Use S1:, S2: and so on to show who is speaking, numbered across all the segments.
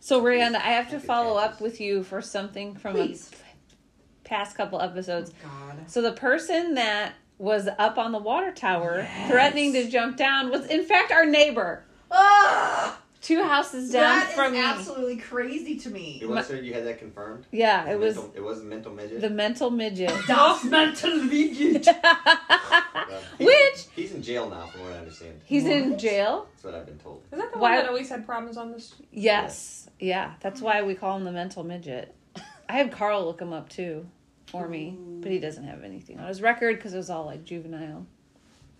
S1: So, Rihanna, I have to follow up with you for something from the
S2: Please.
S1: past couple episodes.
S2: God.
S1: So, the person that was up on the water tower threatening to jump down was, in fact, our neighbor,
S2: Ah,
S1: two houses down
S2: that is
S1: from me.
S2: absolutely crazy to me.
S3: It was her, you had that confirmed.
S1: yeah, it was
S3: Mental, it was mental midget.
S1: the mental midget.
S2: Das mental midget.
S3: Uh, he's-
S1: Which
S3: he's in jail now, from what I understand.
S1: he's in
S2: What?
S1: jail.
S3: That's what I've been told.
S4: Is that the
S1: Why-
S4: one that always had problems on this?
S1: Yes. Yeah, that's why we call him the mental midget. I had Carl look him up too for me, but he doesn't have anything on his record because it was all like juvenile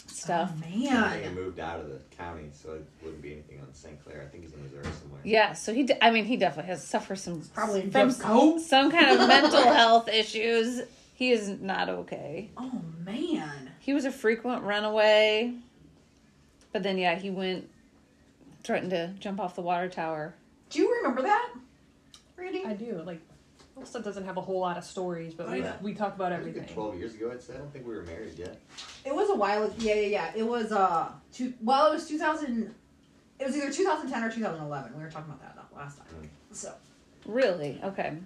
S1: stuff.
S2: Oh,
S3: He
S2: man.
S3: moved out of the county, so it wouldn't be anything on St. Clair. I think he's in Missouri somewhere.
S1: Yeah, so he, de- I mean, he definitely has suffered some
S2: Probably
S1: from
S2: just coke.
S1: some kind of mental health issues. He is not okay.
S2: Oh man.
S1: He was a frequent runaway, but then yeah, he went threatened to jump off the water tower.
S2: Do you remember that? Randy?
S4: I do. Like, Melissa doesn't have a whole lot of stories, but we,
S3: Yeah.
S4: we talk about
S3: It was a good
S4: everything.
S3: Twelve years ago, I'd say. I don't think we were married yet.
S2: It was a while. Yeah, yeah, yeah. It was uh, two, well, it was 2000. It was either 2010 or 2011. We were talking about that not last time. So
S1: Really? Okay.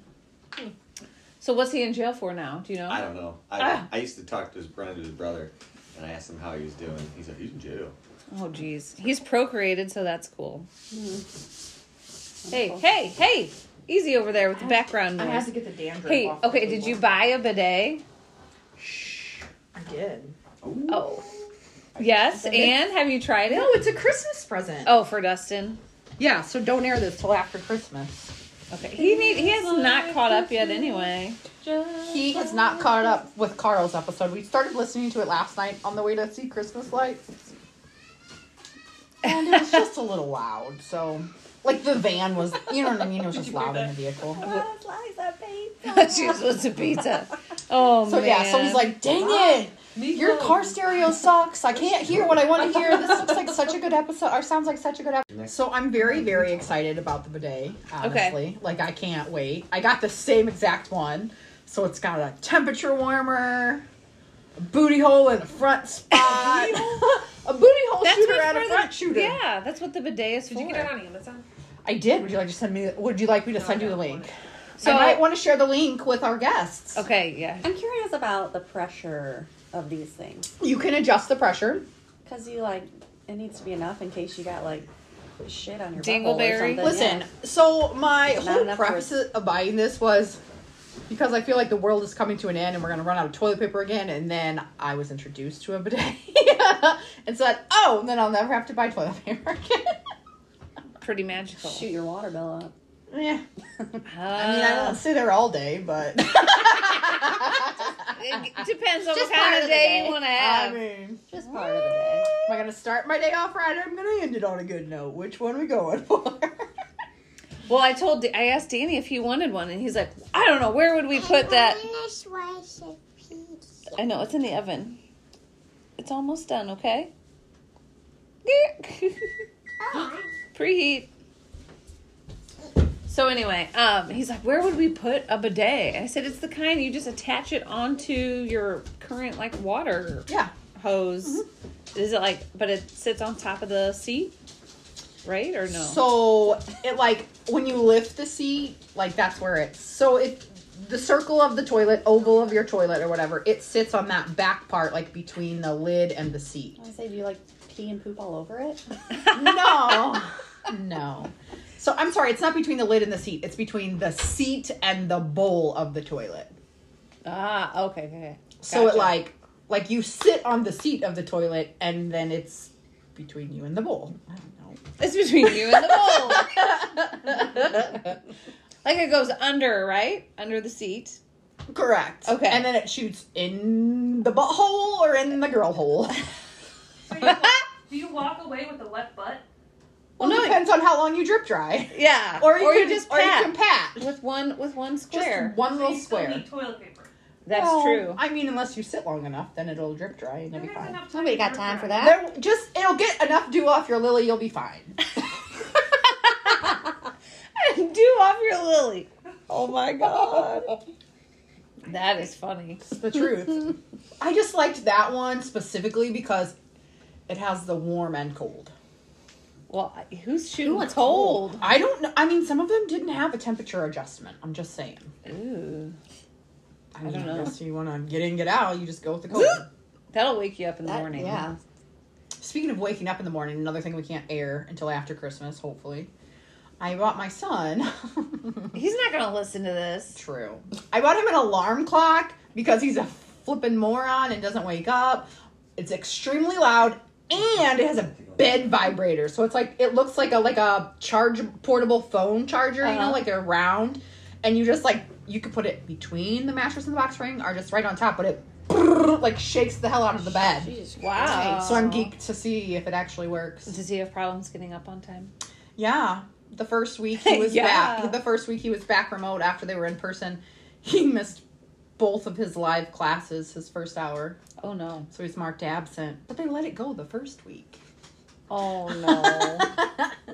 S1: So what's he in jail for now? Do you know?
S3: I don't know. I,
S1: Ah.
S3: I used to talk to his brother, his brother, and I asked him how he was doing. He said he's in jail.
S1: Oh geez, he's procreated, so that's cool. Hey, hey, hey! Easy over there with the background
S5: Mm-hmm. I had
S1: noise.
S5: to get the dandruff.
S1: Hey,
S5: off
S1: okay,
S5: of the
S1: did you
S5: wall.
S1: buy a bidet?
S5: I did.
S1: Oh, yes. And have you tried
S5: No,
S1: it?
S5: it's a Christmas present.
S1: Oh, for Dustin.
S5: yeah. So don't air this till after Christmas.
S1: Okay, he need he has not caught up yet. Anyway,
S5: He has not caught up with Carl's episode. We started listening to it last night on the way to see Christmas lights, and it was just a little loud. So, like the van was, you know what I mean? It was just loud in the vehicle.
S1: she just wants a pizza. Oh
S5: So
S1: man.
S5: yeah. So he's like, "Dang it."
S4: Me
S5: Your
S4: too.
S5: car stereo sucks. I can't hear what I want to hear. This looks like such a good episode, or sounds like such a good episode. So I'm very, very excited about the bidet. Honestly, like I can't wait. I got the same exact one, so it's got a temperature warmer, a booty hole in the front spot, a booty hole
S1: That's
S5: shooter
S1: what's
S5: and a
S1: for
S5: front
S1: the-
S5: shooter.
S1: Yeah, that's what the bidet is
S4: Did
S1: for.
S4: you get it on Amazon?
S5: I did. Would you like to send me? Would you like me to send you the
S4: no, I
S5: link?
S4: want
S5: So
S1: So-
S5: I might want to share the link with our guests.
S1: okay, yeah.
S6: I'm curious about the pressure of these things
S5: You can adjust the pressure.
S6: because you like it needs to be enough in case you got like shit on your
S1: Dingleberry?
S6: Buckle or something.
S5: Listen,
S6: yeah.
S5: so my
S6: Not
S5: whole
S6: enough
S5: preface
S6: words.
S5: of buying this was because I feel like the world is coming to an end and we're going to run out of toilet paper again. And then I was introduced to a bidet and said, oh, then I'll never have to buy toilet paper again.
S1: Pretty magical.
S6: shoot your water bill up.
S5: yeah. I mean, I
S1: Uh,
S5: don't sit there all day, but.
S1: it depends on
S5: Just
S1: what
S5: part
S1: kind
S5: of
S1: of,
S5: the
S1: day,
S5: day.
S1: you want to
S5: I
S1: have.
S5: mean,
S6: Just part of the day.
S5: am I going to start my day off right or I'm going to end it on a good note? Which one are we going for?
S1: well, I told I asked Danny if he wanted one, and he's like, I don't know. Where would we put that?
S7: a slice of pizza.
S1: I know it's in the oven. It's almost done. Okay. Yeah.
S7: Oh.
S1: Preheat. So anyway, um, he's like, "Where would we put a bidet?" I said, "It's the kind you just attach it onto your current like water
S5: yeah.
S1: hose.
S7: Mm-hmm.
S1: Is it like, but it sits on top of the seat, right or no?
S5: So it like when you lift the seat, like that's where it's. So it the circle of the toilet, oval of your toilet or whatever, it sits on that back part, like between the lid and the seat.
S6: I say, do you like pee and poop all over it?
S5: No, no. So I'm sorry, it's not between the lid and the seat. It's between the seat and the bowl of the toilet.
S1: ah, okay, okay, okay.
S5: So it
S1: Gotcha.
S5: like like you sit on the seat of the toilet, and then it's between you and the bowl. I don't know.
S1: it's between you and the bowl. like it goes under, right under the seat.
S5: Correct.
S1: Okay.
S5: And then it shoots in the butthole or in the girl hole.
S4: Do you walk away with the left butt?
S5: Well, it depends on how long you drip dry.
S1: Yeah,
S5: Or you,
S1: or you
S5: can,
S1: just
S5: or you
S1: pat
S5: can pat.
S1: with one with one square.
S5: Just one little square.
S4: toilet paper.
S1: That's
S5: Well,
S1: true.
S5: I mean, unless you sit long enough, then it'll drip dry and you'll be fine.
S6: Nobody got time for that.
S5: There, just it'll get enough dew off your lily, you'll be fine.
S1: Do off your lily. Oh my god, that is funny.
S5: It's the truth. I just liked that one specifically because it has the warm and cold.
S1: Well, I- who's shooting
S6: wants
S1: cold?
S5: I don't know. I mean, some of them didn't have a temperature adjustment. I'm just saying.
S1: Ooh,
S5: I, mean,
S1: don't know.
S5: I guess you want to get in, get out. You just go with the cold.
S1: that'll wake you up in the
S6: That-
S1: morning.
S6: yeah.
S5: Speaking of waking up in the morning, another thing we can't air until after Christmas, hopefully. I bought my son.
S1: He's not gonna listen to this.
S5: True. I bought him an alarm clock because he's a flippin' moron and doesn't wake up. It's extremely loud and it has a bed vibrator. So it's like it looks like a like a charge portable phone charger, you know,
S1: Uh-huh.
S5: like they're round. And you just like you could put it between the mattress and the box spring or just right on top, but it like shakes the hell out of the bed.
S1: Wow.
S5: So I'm geeked to see if it actually works.
S1: Does he have problems getting up on time?
S5: Yeah. The first week he was
S1: Yeah.
S5: back. The first week he was back remote after they were in person. He missed both of his live classes his first hour.
S1: Oh no.
S5: So he's marked absent. But they let it go the first week.
S1: Oh no.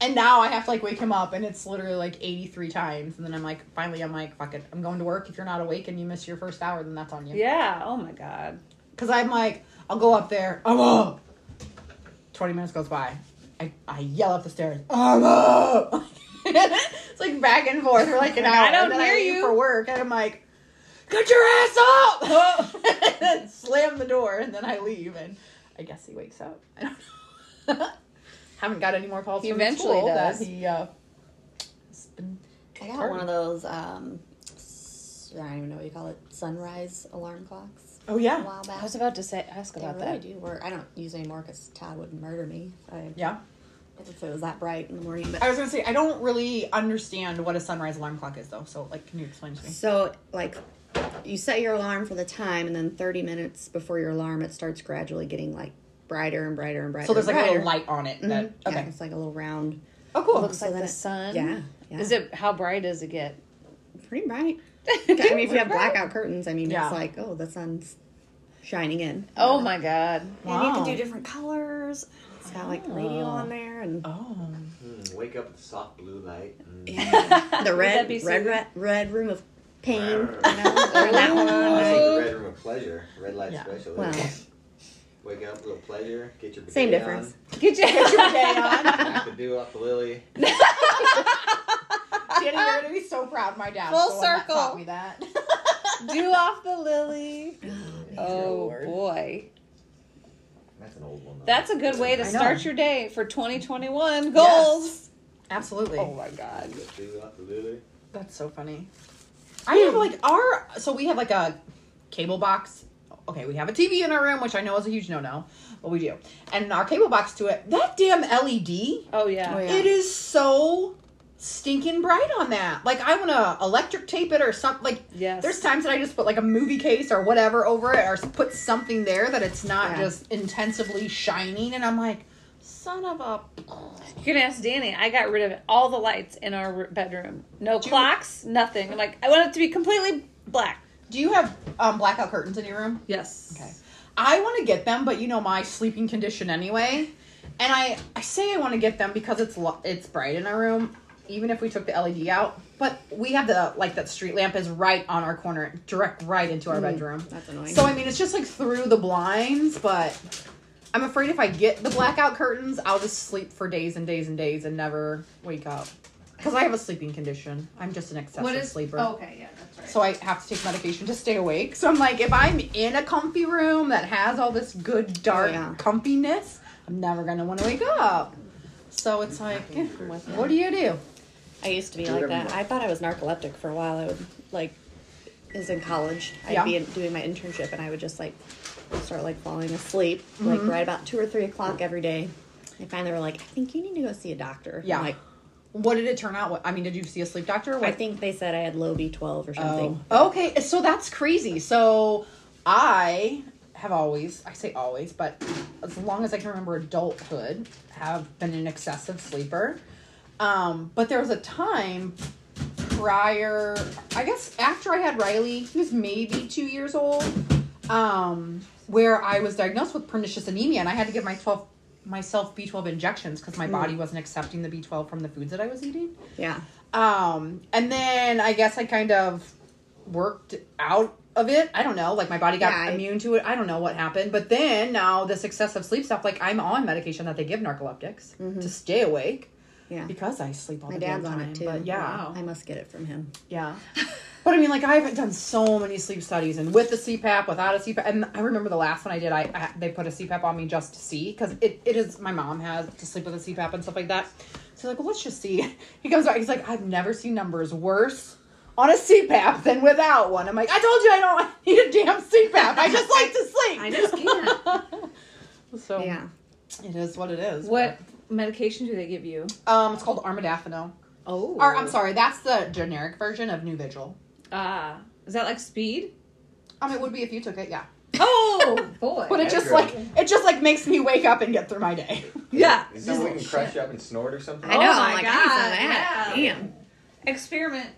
S5: and now I have to like wake him up and it's literally like 83 times and then I'm like finally I'm like fuck it. I'm going to work. If you're not awake and you miss your first hour then that's on you.
S1: yeah. Oh my god.
S5: Cuz I'm like I'll go up there. I'm up. 20 minutes goes by. I, I yell up the stairs. I'm up. it's like back and forth for like an
S1: Like,
S5: hour.
S1: I don't
S5: and then
S1: hear
S5: leave
S1: you.
S5: for work, and I'm like, "Get your ass up!" and
S1: Oh.
S5: then slam the door, and then I leave, and I guess he wakes up. I don't know. Haven't got any more calls.
S1: He
S5: from
S1: eventually
S5: school
S1: does.
S5: That he uh, has been
S6: I got one of those. Um, s- I don't even know what you call it. Sunrise alarm clocks.
S5: oh
S6: A
S5: yeah,
S6: while
S1: I
S6: back.
S1: was about to say ask
S6: They
S1: about
S6: really
S1: that.
S6: do work. I don't use anymore because Todd would murder me if, I,
S5: yeah.
S6: if it was that bright in the morning. But
S5: I was gonna say I don't really understand what a sunrise alarm clock is though. So like, can you explain to me?
S6: So, like, you set your alarm for the time, and then 30 minutes before your alarm, it starts gradually getting like brighter and brighter and brighter.
S5: So there's like
S6: and
S5: a
S6: brighter.
S5: little light on it.
S6: Mhm.
S5: That
S1: Mm-hmm.
S5: okay.
S6: Yeah, it's like a little round.
S5: Oh cool.
S6: Looks
S1: Like
S6: So then
S1: the
S6: it-
S1: sun.
S6: Yeah, yeah.
S1: Is it how bright does it get?
S6: pretty bright? I mean, if you have blackout curtains, I mean,
S5: Yeah.
S6: it's like, oh, the sun's shining in.
S1: Oh my god.
S6: And you can
S5: Wow.
S6: do different colors. It's got like radio on there and
S5: Oh.
S3: Mm, wake up with the soft blue light. Mm.
S6: the red,
S1: that be
S6: red,
S1: soothing?
S6: red, red room of pain. you know, or
S3: Oh.
S6: that one
S3: I
S6: on
S3: was
S6: the-
S3: in the red room of pleasure. Red light
S5: Yeah.
S3: special.
S6: Wow.
S3: Wake up, little pleasure. Get your
S6: Same
S3: bidet
S6: difference.
S1: Get your
S3: On, knock the dew off the lily.
S5: Danny, you're gonna be so proud. My dad.
S1: Full
S5: was the one that
S1: circle.
S5: taught me that.
S1: dew off the lily. Oh
S5: Lord.
S1: boy.
S3: That's an old one. Though.
S1: That's a good way to
S5: know.
S1: start your day for 2021 goals.
S5: Absolutely.
S1: Oh my god.
S3: Get the dew off the lily.
S5: That's so funny. I have like our so we have like a cable box. Okay, we have a TV in our room, which I know is a huge no-no, but we do. And our cable box to it. That damn LED.
S1: Oh yeah.
S6: Oh, yeah.
S5: It is so stinking bright on that. Like I want to electric tape it or something. Like
S1: Yes.
S5: there's times that I just put like a movie case or whatever over it, or s- put something there that it's not
S6: Yeah.
S5: just intensively shining. And I'm like, son of a.
S1: You can ask Danny. I got rid of all the lights in our r- bedroom. No clocks, nothing. I'm like, I want it to be completely black.
S5: Do you have um, blackout curtains in your room?
S1: Yes.
S5: Okay. I want to get them, but you know my sleeping condition anyway. And I, I say I want to get them because it's lo- it's bright in our room, even if we took the LED out. But we have the like that street lamp is right on our corner, direct right into our bedroom.
S6: That's annoying.
S5: So I mean, it's just like through the blinds, but I'm afraid if I get the blackout curtains, I'll just sleep for days and days and days and never wake up because I have a sleeping condition. I'm just an excessive
S4: What is?
S5: sleeper.
S4: Oh, okay, yeah, that's right.
S5: So I have to take medication to stay awake. So I'm like, if I'm in a comfy room that has all this good dark
S6: yeah.
S5: comfiness, I'm never gonna want to wake up. So it's like, eh, what do you do?
S6: I used to be like that. I thought I was narcoleptic for a while. I would like, it was in college. I'd
S5: Yeah.
S6: be in, doing my internship, and I would just like start like falling asleep, like right about two or three o'clock every day. I finally were like, I think you need to go see a doctor. I'm
S5: Yeah.
S6: like
S5: What did it turn out? What, I mean, did you see a sleep doctor? What,
S6: I think they said I had low B twelve or something.
S5: Oh. Okay, so that's crazy. So I have always, I say always, but as long as I can remember adulthood, have been an excessive sleeper. Um, but there was a time prior, I guess after I had Riley, he was maybe two years old, um, where I was diagnosed with pernicious anemia and I had to give my 12, myself B12 injections because my body wasn't accepting the B12 from the foods that I was eating.
S6: Yeah.
S5: Um, and then I guess I kind of worked out of it. I don't know. Like my body got
S6: Yeah, I-
S5: immune to it. I don't know what happened. But then now this excessive sleep stuff. Like I'm on medication that they give narcoleptics to stay awake
S6: Mm-hmm. Yeah.
S5: because I sleep all
S6: My
S5: the damn
S6: dad's on
S5: time,
S6: it, too.
S5: But yeah,
S6: Wow. I must get it from him.
S5: yeah. But I mean, like I haven't done so many sleep studies, and with a CPAP, without a CPAP, and I remember the last one I did, I, I they put a CPAP on me just to see because it, it is my mom has to sleep with a CPAP and stuff like that. So like, well, let's just see. He comes back, he's like, I've never seen numbers worse on a CPAP than without one. I'm like, I told you I don't need a damn CPAP. I just like to sleep.
S2: I just can't.
S5: So
S6: Yeah.
S5: it is what it is.
S1: What medication do they give you?
S5: but- um, it's called Armodafinil.
S1: Oh,
S5: Or I'm sorry, that's the generic version of New Vigil.
S1: Ah, is that like speed?
S5: Um, it would be if you took it, yeah.
S1: Oh boy.
S5: But it just like it just like makes me wake up and get through my day.
S1: Yeah.
S3: Is that we can crush you up and snort or something?
S6: I know.
S1: Oh my
S6: I'm like, I need some of
S1: God,
S6: that.
S1: yeah.
S6: Damn.
S1: Experiment.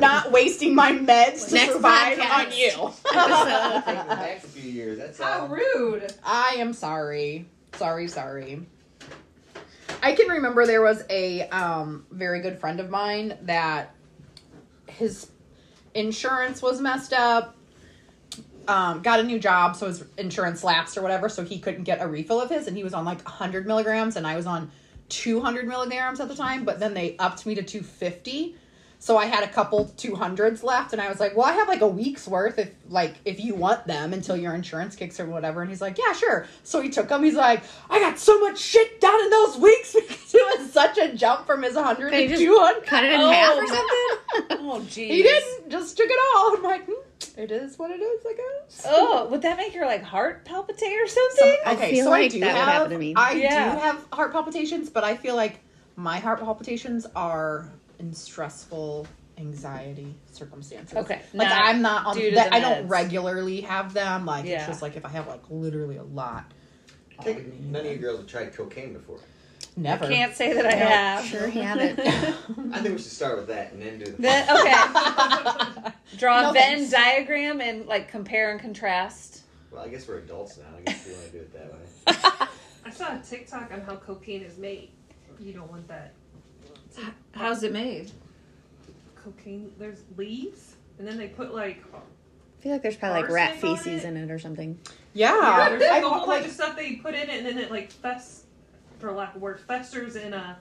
S5: not wasting my meds to
S6: Next
S5: survive
S6: podcast.
S5: on you.
S6: Episode.
S3: Take me back a few years. That's
S4: How
S3: all.
S4: rude.
S5: I am sorry. Sorry, sorry. I can remember there was a um, very good friend of mine that his insurance was messed up. Um, got a new job, so his insurance lapsed or whatever, so he couldn't get a refill of his, and he was on like 100 milligrams, and I was on 200 milligrams at the time, but then they upped me to 250. So I had a couple 200s left, and I was like, "Well, I have like a week's worth if like if you want them until your insurance kicks or whatever." And he's like, "Yeah, sure." So he took them. He's like, "I got so much shit done in those weeks because it was such a jump from his 100 to
S6: They just
S5: 200."
S6: Cut it in
S1: Oh.
S6: half or something.
S1: Oh geez.
S5: He didn't. Just took it all. I'm like, "Hmm, "It is what it is, I guess."
S1: Oh, would that make your like heart palpitate or something?
S6: I feel like that would
S5: have,
S6: happen to me.
S5: I
S1: Yeah.
S5: do have heart palpitations, but I feel like my heart palpitations are in stressful anxiety circumstances.
S1: Okay,
S5: Like
S1: not
S5: I'm not on
S1: due to
S5: that
S1: the
S5: I don't
S1: meds.
S5: regularly have them. Like
S1: Yeah.
S5: it's just like if I have like literally a lot.
S3: I think none of you girls have tried cocaine before.
S5: Never.
S1: Can't say that I
S5: No,
S1: have.
S6: sure haven't.
S3: I think we should start with that and then do the.
S1: That, oh. okay. Draw
S5: No
S1: a Venn
S5: thanks.
S1: diagram and like compare and contrast.
S3: well, I guess we're adults now. I guess we want to do it that way.
S4: I saw a TikTok on how cocaine is made. You don't want that.
S1: How's it made?
S4: Cocaine, there's leaves, and then they put like.
S6: I feel like there's probably like rat
S4: Arsenic on
S6: feces
S4: it?
S6: in it or something.
S5: Yeah.
S4: yeah, there's
S5: Ah, I-
S4: like a whole bunch
S5: like,
S4: of stuff they put in it, and then it like fest, for lack of word, festers in a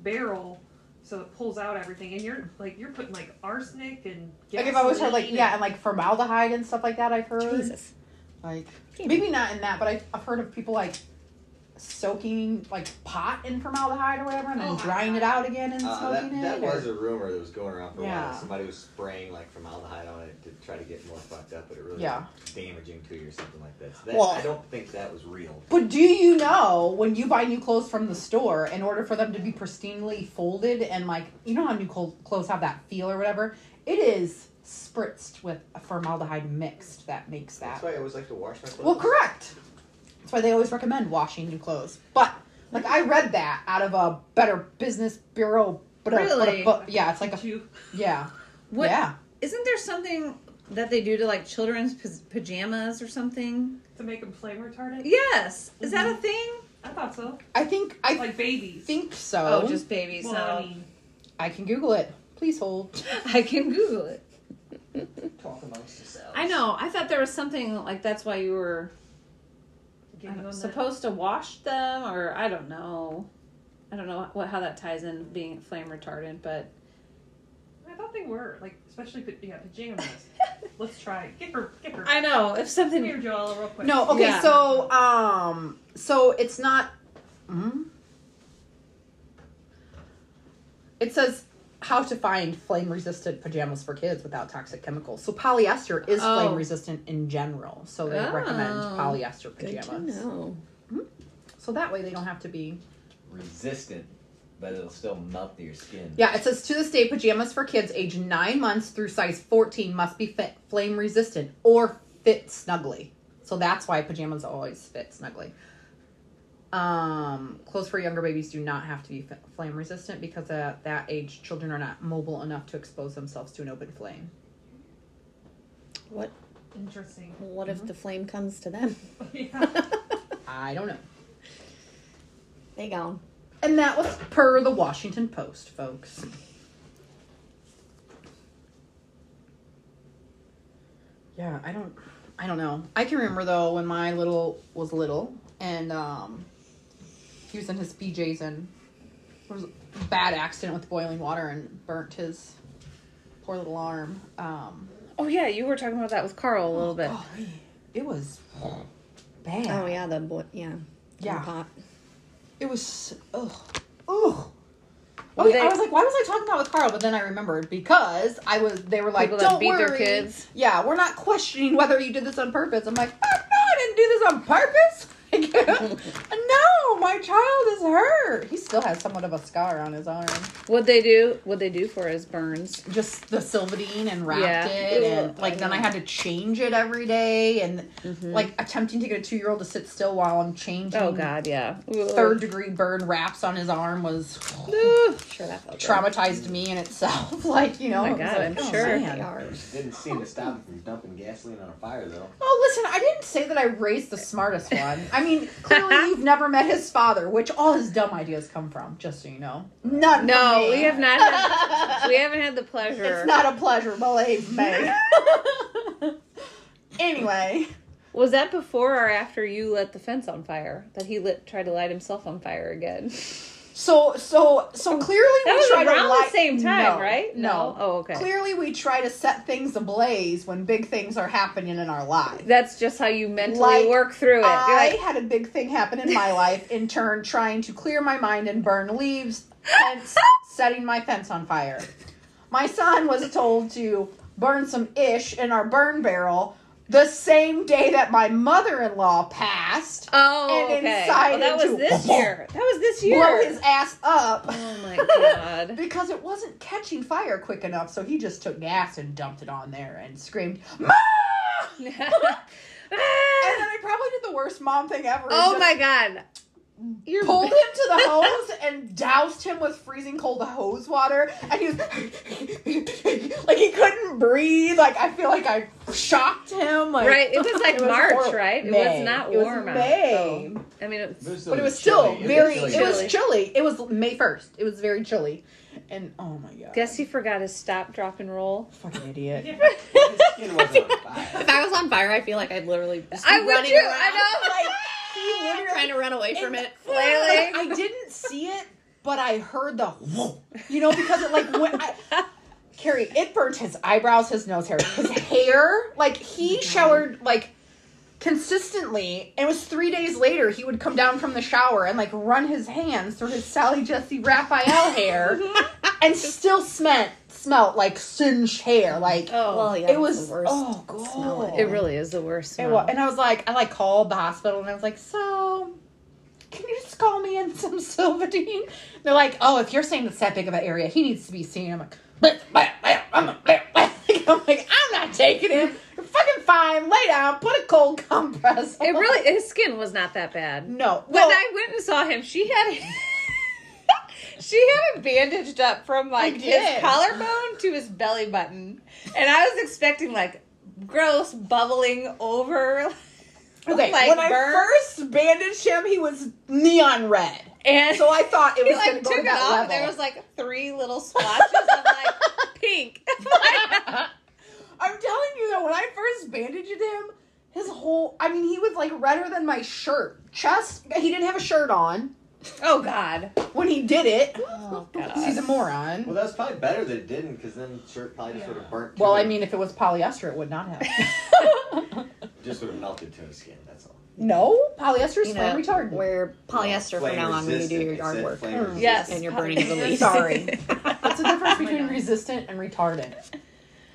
S4: barrel, so it pulls out everything. And you're like you're putting like arsenic and.
S5: like if I was to like
S4: gasoline
S5: yeah, and like formaldehyde and stuff like that I've heard.
S6: Jesus.
S5: Like maybe not in that, but I've, I've heard of people like soaking like pot in formaldehyde or whatever, and then
S4: Oh my
S5: drying
S4: God.
S5: it out again and
S3: Uh,
S5: smoking
S3: that that
S5: it.
S3: was
S5: or-
S3: a rumor that was going around for a while.
S5: Yeah.
S3: that Somebody was spraying like formaldehyde on it to try to get more fucked up, but it really
S5: Yeah.
S3: was damaging to you or something like that. So that
S5: Well-
S3: I don't think that was real.
S5: But do you know when you buy new clothes from the store, in order for them to be pristinely folded and like you know how new col- clothes have that feel or whatever, it is spritzed with a formaldehyde mixed that makes that.
S3: That's why I always like to wash my clothes.
S5: Well, correct. That's why they always recommend washing new clothes. But like I read that out of a Better Business Bureau. But
S1: Really?
S5: yeah, it's like a
S4: You-
S5: yeah.
S1: What
S5: Yeah.
S1: not there something that they do to like children's pa- pajamas or something?
S4: to make them flame retardant.
S1: Yes. Is that a thing?
S4: I thought so.
S5: I think I
S4: Like babies.
S5: think so.
S1: Oh, just babies.
S4: Well,
S1: no.
S4: I mean,
S5: I can Google it. Please hold.
S1: I can Google it.
S3: Talk amongst yourselves.
S1: I know. I thought there was something like that's why you were I
S4: getting
S1: don't know,
S4: on that.
S1: Uh, supposed to wash them, or I don't know. I don't know what how that ties in being flame retardant, but
S4: I thought they were like, especially pa- yeah, pajamas. Let's try. it. Get her, get her.
S1: I know if
S4: Come
S1: something.
S4: here, Joel, real quick.
S5: No. Okay.
S1: Yeah.
S5: So um. So it's not. Mm, it says how to find flame resistant pajamas for kids without toxic chemicals. So polyester is
S1: Oh.
S5: flame resistant in general. So they recommend
S1: Oh.
S5: polyester
S6: Good to
S5: pajamas.
S6: know.
S5: So that way they don't have to be.
S8: resistant, but it'll still melt your skin.
S5: Yeah. It says to this day, pajamas for kids age nine months through size fourteen must be fit flame resistant or fit snugly. So that's why pajamas always fit snugly. Um, clothes for younger babies do not have to be f- flame resistant because at that age, children are not mobile enough to expose themselves to an open flame.
S6: What
S4: Interesting.
S6: what if the flame comes to them?
S4: Yeah.
S5: I don't know.
S6: They gone.
S5: And that was per the Washington Post, folks. yeah, I don't, I don't know. I can remember though when my little was little and um, he was in his PJs and there was a bad accident with boiling water and burnt his poor little arm. Um,
S1: Oh yeah, you were talking about that with Carl a
S5: Oh,
S1: little bit.
S5: golly, it was bad.
S6: Oh yeah, the boy. Yeah. in the
S5: Yeah.
S6: pot.
S5: It was oh oh.
S1: Well,
S5: Oh, yeah,
S1: they-
S5: I was like, why was I talking about with Carl? But then I remembered because I was. They were like,
S1: People that
S5: don't
S1: beat their
S5: worry.
S1: kids.
S5: Yeah, we're not questioning whether you did this on purpose. I'm like, oh, no, I didn't do this on purpose. no, my child is hurt. He still has somewhat of a scar on his arm.
S1: What they do? What they do for his burns?
S5: Just the Sylvadine and wrapped
S1: Yeah.
S5: it, and
S1: Ugh,
S5: like
S1: I
S5: then I
S1: know. Mm-hmm.
S5: had to change it every day, and like attempting to get a two year old to sit still while I'm changing.
S1: Oh God, yeah. Ugh.
S5: Mm. Third degree burn wraps on his arm was
S1: Ugh.
S6: Sure, that felt good.
S5: traumatized me in itself. Like, you know,
S1: my
S5: it was
S1: God,
S5: like,
S1: I'm
S5: oh,
S1: sure.
S5: man.
S6: They are.
S3: Didn't seem to stop him from dumping gasoline on a fire though.
S5: Oh, listen, I didn't say that I raised the smartest one. I mean, clearly you've never met his father, which all his dumb ideas come from, just so you know. None.
S1: No,
S5: from me.
S1: we have not. Had, we haven't had the pleasure.
S5: It's not a pleasure, believe me. anyway,
S1: Was that before or after you lit the fence on fire? That he lit tried to light himself on fire again.
S5: so so so clearly
S1: That
S5: we
S1: was
S5: try to
S1: around the
S5: li-
S1: same time,
S5: No,
S1: right?
S5: No.
S1: No? Oh, okay.
S5: Clearly, we try to set things ablaze when big things are happening in our lives.
S1: That's just how you mentally
S5: Like,
S1: work through it. You're
S5: I
S1: like,
S5: had a big thing happen in my life, in turn, trying to clear my mind and burn leaves, hence setting my fence on fire. My son was told to burn some ish in our burn barrel the same day that my mother in law passed,
S1: oh,
S5: and
S1: okay.
S5: incited
S1: Oh, that
S5: to-
S1: was this year. That was this
S5: blow
S1: year.
S5: his ass up.
S1: oh my god.
S5: Because it wasn't catching fire quick enough, so he just took gas and dumped it on there and screamed, "Ma!" And then I probably did the worst mom thing ever. and
S1: oh
S5: just
S1: my god. You're
S5: pulled him to the hose and doused him with freezing cold hose water and he was like he couldn't breathe like i feel like i shocked him like
S1: Right, it was like March,
S5: horrible.
S1: right? It was
S5: May.
S1: not
S5: It was
S1: warm out,
S5: May.
S1: I mean, it's,
S5: but it was still very it was
S1: Chilly.
S5: chilly it was may 1st it was very chilly and oh my god
S1: guess he forgot his stop, drop, and roll.
S5: fucking idiot
S3: His skin wasn't on fire.
S6: If I was on fire, I feel like I'd literally just be
S1: I would
S6: running
S1: too.
S6: around,
S1: I
S5: he
S6: like, trying to run away from it.
S1: Flailing.
S5: I didn't see it, but I heard the whoa. You know, because it like went. I, Carrie, it burnt his eyebrows, his nose hair, his hair. Like
S6: Oh
S5: he showered like consistently, and it was three days later he would come down from the shower and like run his hands through his Sally Jesse Raphael hair, and still smelt smelt like singe hair. Like
S1: Oh,
S6: Well, yeah,
S5: it was
S6: the worst.
S5: oh god,
S6: smell it.
S1: it really is the worst.
S5: it
S1: Smell.
S5: was, and I was like, I like called the hospital and I was like, so can you just call me in some Sylvadine? And They're like, oh, if you're saying it's that big of an area, he needs to be seen. I'm like, "Bleh, bleh, bleh, I'm a- bleh, bleh." I'm like, I'm not taking him. You're fucking fine. Lay down. Put a cold compress.
S1: It really, his skin was not that bad.
S5: no.
S1: When
S5: Well,
S1: I went and saw him, she had she had it bandaged up from like his
S5: did.
S1: collarbone to his belly button, and I was expecting like gross bubbling over.
S5: okay.
S1: like,
S5: when I
S1: burn.
S5: first bandaged him, he was neon red,
S1: And
S5: so I thought it
S1: he
S5: was
S1: like
S5: going to
S1: took
S5: go to
S1: it
S5: that
S1: off,
S5: level.
S1: and there was like three little splotches of like pink.
S5: I'm telling you though, when I first bandaged him, his whole I mean he was like redder than my shirt. Chest he didn't have a shirt on
S1: oh God!
S5: when he did it.
S1: Oh
S5: He's
S1: God!
S5: a moron.
S3: Well, that was probably better that it didn't, because then the shirt probably just would have burnt. to
S5: Well, I
S3: it.
S5: mean if it was polyester it would not have.
S3: just would have melted to his skin. That's all.
S5: no, polyester is
S6: You
S5: flame
S6: know,
S5: retardant.
S6: wear polyester
S3: Flame
S6: from now on when you do
S3: resistant.
S6: your
S3: It
S6: yard
S3: said
S6: work.
S5: Hmm.
S3: flame resistant.
S1: Yes,
S6: And you're burning the leaves.
S5: Sorry. What's the difference between resistant and retardant?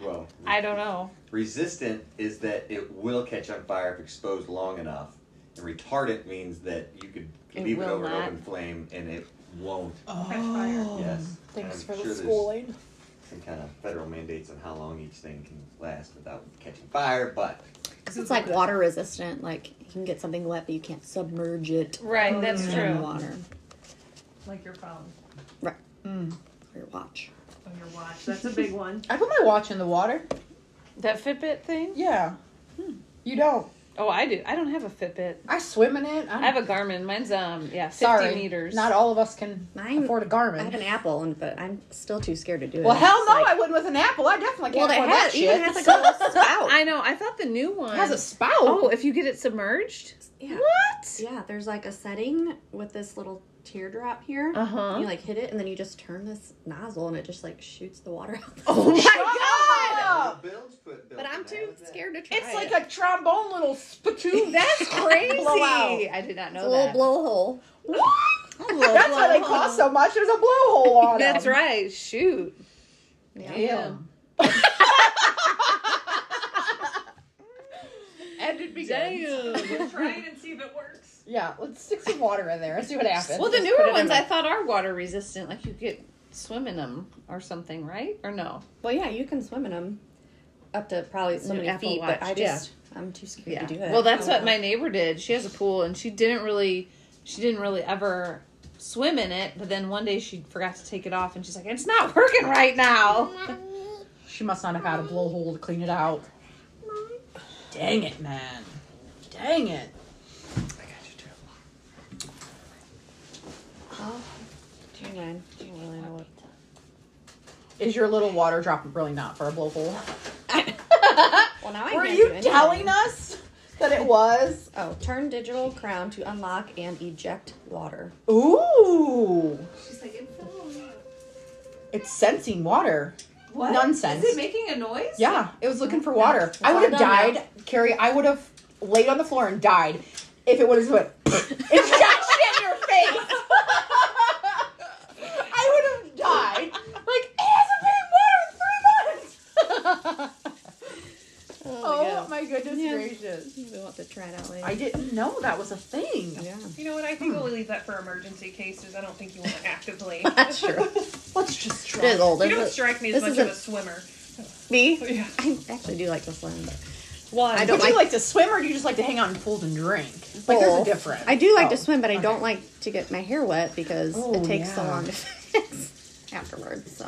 S3: Well,
S1: I don't know.
S3: resistant is that it will catch on fire if exposed long enough, and retardant means that you could
S1: It
S3: leave it
S1: will
S3: over
S1: not.
S3: an open flame and it won't.
S4: fire.
S3: yes.
S5: Oh,
S3: I'm
S5: Thanks for
S3: sure
S5: the
S3: there's
S5: schooling.
S3: Some kind of federal mandates on how long each thing can last without catching fire, but
S6: Because it's like water resistant. Like you can get something wet, but you can't submerge it
S1: Right, that's
S6: in
S1: true.
S6: water
S4: Like your phone
S5: Mm.
S6: or your watch.
S4: or your watch. That's a big one.
S5: I put my watch in the water.
S1: That Fitbit thing.
S5: Yeah. You don't.
S1: Oh, I do. I don't have a Fitbit.
S5: I swim in it.
S1: I have a Garmin. Mine's um yeah, fifty
S5: sorry,
S1: meters.
S5: Not all of us can
S6: Mine-
S5: afford a
S6: I have
S5: Garmin.
S6: an Apple, and but I'm still too scared to do it.
S5: Well, hell
S6: It's
S5: no,
S6: like-
S5: I wouldn't with an apple. I definitely
S6: Well,
S5: can't
S6: they
S5: afford
S6: have,
S5: that
S6: even
S5: shit.
S6: has like a little spout.
S1: I know. I thought the new one
S5: It has a spout.
S1: Oh, if you get it submerged.
S6: Yeah.
S1: What?
S6: Yeah, there's like a setting with this little teardrop
S5: Uh-huh.
S6: here.
S1: Uh huh.
S6: You like hit it, and then you just turn this nozzle, and it just like shoots the water out.
S5: oh my
S3: Yeah,
S5: god!
S3: Bill's put- Bill
S6: But I'm
S3: put that
S6: too
S3: with that.
S6: scared to try.
S5: It's like
S6: it.
S5: a trombone little spittoon.
S1: That's crazy.
S5: Blowout.
S1: I did not
S6: It's
S1: know
S6: a little
S1: that.
S6: blowhole.
S5: What? That's why they cost so much. There's a blowhole on them.
S1: That's right. Shoot.
S6: Yeah.
S5: Damn.
S1: That'd be good.
S4: We'll try it and see if it works.
S5: Yeah, let's stick some water in there and see what happens.
S1: Well, the
S5: Just put it
S1: newer
S5: in
S1: ones
S5: a-
S1: I thought are water resistant. Like you get swim in them or something, right? Or no?
S6: Well, yeah, you can swim in them up to probably so
S1: An
S6: many
S1: Apple
S6: feet, but I
S1: Watch, yeah.
S6: just I'm too scared to do it.
S1: Well, that's what my neighbor did. She has a pool, and she didn't really, she didn't really ever swim in it. But then one day she forgot to take it off, and she's like, "It's not working right now."
S7: Mommy,
S5: She must not have had a blowhole to clean it out.
S7: Mommy.
S5: Dang it, man. Dang it.
S3: I got you, too.
S6: Oh, do you mind? Do you really know what?
S5: Is your little water dropper really not for a blowhole?
S6: Well, now I
S5: Were
S6: can't do
S5: you
S6: anything.
S5: telling us that it was?
S6: Oh, turn digital crown to unlock and eject water.
S5: Ooh.
S4: She's like, it's
S5: It's sensing water.
S4: what?
S5: Nonsense.
S4: Is it making a noise?
S5: Yeah, it was looking for water. I would have died, Carrie. I would have laid on the floor and died if it would have went. it shot shit in your face. I would have died. Like it hasn't been water in three months. oh my goodness
S6: Yeah.
S5: gracious!
S6: Maybe we'll have to try it out later.
S5: I didn't know that was a thing.
S6: yeah.
S4: You know what? I think we'll leave that for emergency cases. I don't think you want to actively.
S6: That's true.
S5: Let's just
S6: It
S5: try.
S6: is old.
S4: you
S6: There's
S4: don't
S6: a-
S4: strike me as
S6: this
S4: much
S6: isn't-
S4: of a swimmer.
S6: me.
S4: Yeah.
S6: I actually do like this one. but-
S1: Why?
S6: I
S5: Would
S6: don't
S5: you
S6: like-
S5: like to swim or do you just like to hang out in pools and drink? Like there's a
S6: Both.
S5: difference.
S6: I do like
S5: Oh,
S6: to swim, but I
S5: okay.
S6: don't like to get my hair wet because
S5: Oh,
S6: it takes so
S5: yeah.
S6: long to fix afterwards. So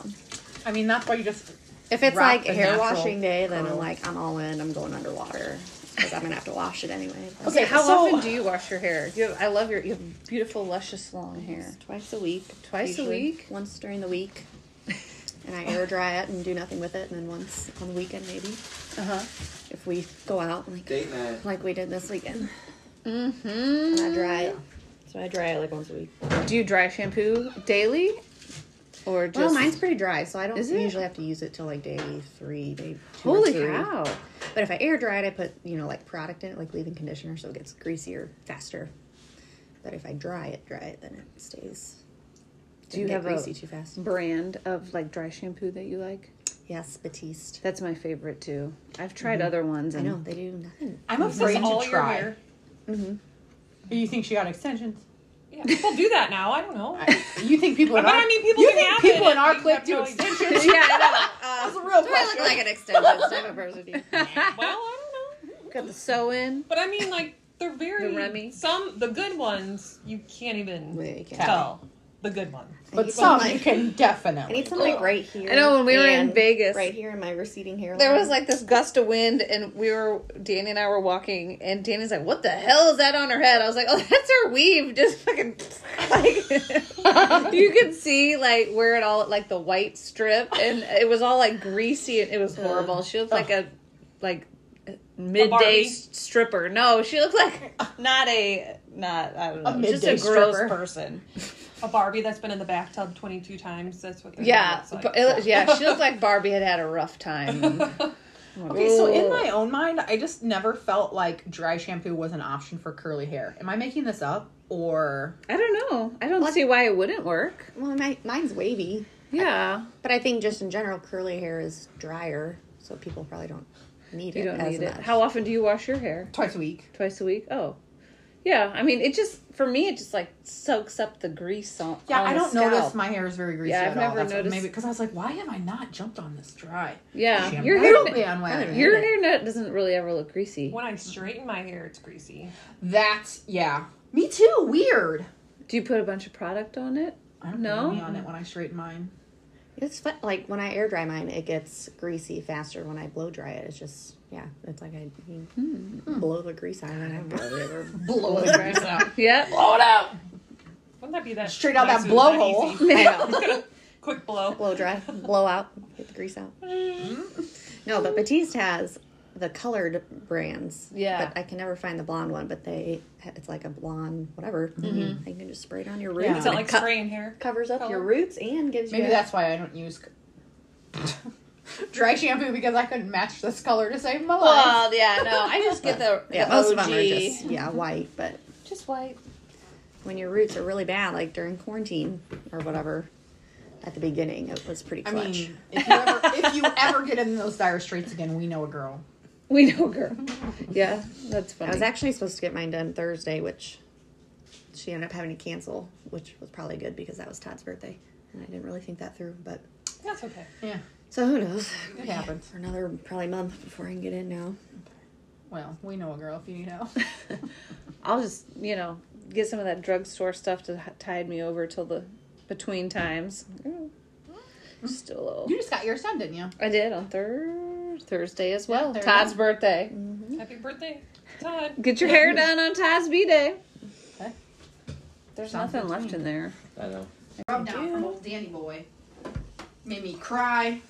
S5: I mean, that's why you just
S6: if it's
S5: Rock
S6: like
S5: the
S6: hair
S5: natural
S6: washing day, then
S5: curl.
S6: I'm like I'm all in. I'm going underwater because I'm gonna have to wash it anyway. but
S5: Okay,
S1: How
S5: so-
S1: often do you wash your hair? You have, I love your, you have beautiful, luscious long hair.
S6: Twice a week.
S1: Twice a week?
S6: Once during the week. And I air dry it and do nothing with it, and then once on the weekend maybe
S1: Uh huh.
S6: if we go out like
S3: Date night.
S6: like we did this weekend.
S1: Mm-hmm.
S6: And I dry it. So I dry it like once a week.
S1: Do you dry shampoo daily, or just?
S6: well, mine's pretty dry, so I don't
S1: Is it?
S6: usually have to use it till like day three, day two. or
S1: Holy
S6: three.
S1: cow!
S6: But if I air dry it, I put you know like product in it, like leave-in conditioner, so it gets greasier faster. But if I dry it, dry it, then it stays.
S1: Do you
S6: Doesn't get
S1: have a-
S6: greasy too fast?
S1: Brand of like dry shampoo that you like?
S6: Yes, Batiste.
S1: That's my favorite too. I've tried other ones.
S6: Mm-hmm. I
S1: And
S6: know they do nothing.
S5: I'm afraid
S4: all
S5: to
S4: your
S5: try.
S4: hair?
S5: You think she got extensions?
S4: Yeah, people do that now. I don't know.
S5: You think people?
S4: I
S5: in
S4: bet
S5: our,
S4: I mean people
S5: You
S4: can
S5: think
S4: have
S5: people
S4: it
S5: in our
S4: and
S5: clique
S4: have
S5: do
S4: no idea.
S5: extensions?
S1: yeah, I know.
S5: That's a real
S6: Do I look
S5: question.
S6: like an extensions type of person? to you?
S4: well, I don't know.
S1: Got the sew in.
S4: But I mean, like they're very
S1: The Remy?
S4: some the good ones you can't even
S6: Yeah, you can.
S4: tell the good one.
S5: But some you can
S6: I
S5: definitely.
S6: need something like right here.
S1: I know when we were in
S6: and
S1: Vegas-
S6: right here in my receding hairline.
S1: There was like this gust of wind, and we were Danny and I were walking, and Danny's like, "What the hell is that on her head?" I was like, "Oh, that's her weave." Just fucking like you could see like where it all like the white strip, and it was all like greasy, and it was horrible. She looked like a like midday
S4: Barbie?
S1: s- stripper. No, she looked like not a not I don't know,
S5: A
S1: just
S5: midday
S1: a gross
S5: stripper.
S1: person.
S4: A Barbie that's been in the bathtub twenty two times. That's what. They're
S1: Yeah,
S4: it's like.
S1: but it, yeah, she looked like Barbie had had a rough time.
S5: Okay, so in my own mind, I just never felt like dry shampoo was an option for curly hair. Am I making this up or?
S1: I don't know. I don't see why it wouldn't work.
S6: well, my, mine's wavy,
S1: Yeah.
S6: but I think just in general, curly hair is drier, so people probably don't need
S1: You
S6: it
S1: don't
S6: as
S1: need it.
S6: much.
S1: How often do you wash your hair?
S5: Twice a week.
S1: Twice a week? Oh. Yeah, I mean, it just, for me, it just like soaks up the grease on
S5: Yeah,
S1: on
S5: I
S1: the
S5: don't
S1: scalp.
S5: notice my hair is very greasy
S1: Yeah, I've
S5: at all.
S1: never
S5: That's what
S1: noticed-
S5: maybe because I was like, why have I not jumped on this dry?
S1: Yeah,
S5: shampoo
S1: your hair,
S5: bandwagon?
S1: your hair net doesn't really ever look greasy.
S4: When I straighten my hair, it's greasy.
S5: That's yeah. Me too. Weird.
S1: Mm-hmm. Do you put a bunch of product on it?
S5: I don't
S1: No?
S5: put any on it when I straighten mine.
S6: You It's fun. Like when I air dry mine, it gets greasy faster. When I blow dry it, it's just yeah. It's like I you blow the grease out and Hmm. I
S5: Blow it out.
S1: Yeah.
S5: Blow it out.
S4: Wouldn't that be that
S5: Straight out that
S4: nice, not
S5: blowhole.
S4: easy?
S6: I know.
S4: Quick blow.
S6: blow dry, blow out, get the grease out. Hmm. No, but Batiste has the colored brands.
S1: Yeah.
S6: But I can never find the blonde one. But they, it's like a blonde whatever. mm You can just spray it on your roots.
S5: Yeah.
S6: and
S4: It's
S5: Is
S4: not
S6: it
S4: like
S6: co-
S4: spraying hair.
S6: covers up your roots and gives
S5: Maybe
S6: you.
S5: that's why I don't use c- dry shampoo because I couldn't match this color to save my life.
S1: Well, yeah, no, I just get the,
S6: yeah.
S1: the
S6: Most of
S1: OG.
S6: them are just yeah white, but
S1: Just white.
S6: when your roots are really bad, like during quarantine or whatever, at the beginning it was pretty
S5: I
S6: clutch.
S5: mean, if you, ever, if you ever get in those dire straits again, we know a girl.
S1: We know, girl. Yeah, that's
S6: I
S1: funny.
S6: was actually supposed to get mine done Thursday, which she ended up having to cancel, which was probably good because that was Todd's birthday, and I didn't really think that through. But
S4: That's okay.
S5: Yeah,
S6: so who knows?
S5: it happens.
S6: For another probably month before I can get in now.
S5: Well, we know a girl if you need help.
S1: I'll just, you know, get some of that drugstore stuff to h- tide me over till the between times. Just a little.
S5: You just got yours done, didn't you?
S1: I did on thir- Thursday as well.
S5: Thursday.
S1: Todd's birthday.
S4: Happy birthday, Todd.
S1: Get your hair done on Todd's B day.
S5: Okay.
S1: There's
S5: Sounds
S1: nothing
S5: good to
S1: left in there.
S8: I know.
S5: Rubbed out from old Danny Boy. Made me cry.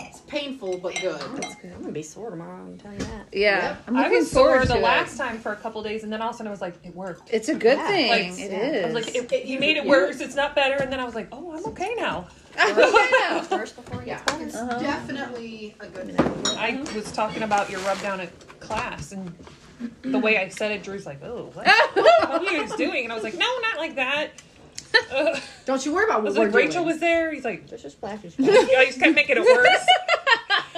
S5: It's painful but good.
S6: That's good. I'm gonna be sore tomorrow. I'm telling you that.
S1: Yeah,
S5: Yep.
S1: I'm
S4: I
S1: looking
S4: was sore
S1: forward to
S4: the
S1: it.
S4: last time for a couple days, and then all of a sudden I was like, it worked.
S1: It's a good
S6: Yeah.
S1: thing.
S4: Like,
S1: it
S6: yeah.
S1: is.
S4: I was like, it, it, you made it worse. It's not better. And then I was like, oh, I'm okay now.
S6: First before
S5: Yeah, it's
S1: Uh-huh.
S5: definitely a good
S4: I was talking about your rub down at class, and the way I said it, Drew's like, oh, what, what are you guys doing? And I was like, no, not like that. Uh,
S5: Don't you worry about
S4: I
S5: what
S4: was
S5: we're
S4: like, Rachel
S5: doing.
S4: was there. He's like,
S6: Just a splash. of
S4: I
S6: splash.
S4: just kept making it worse.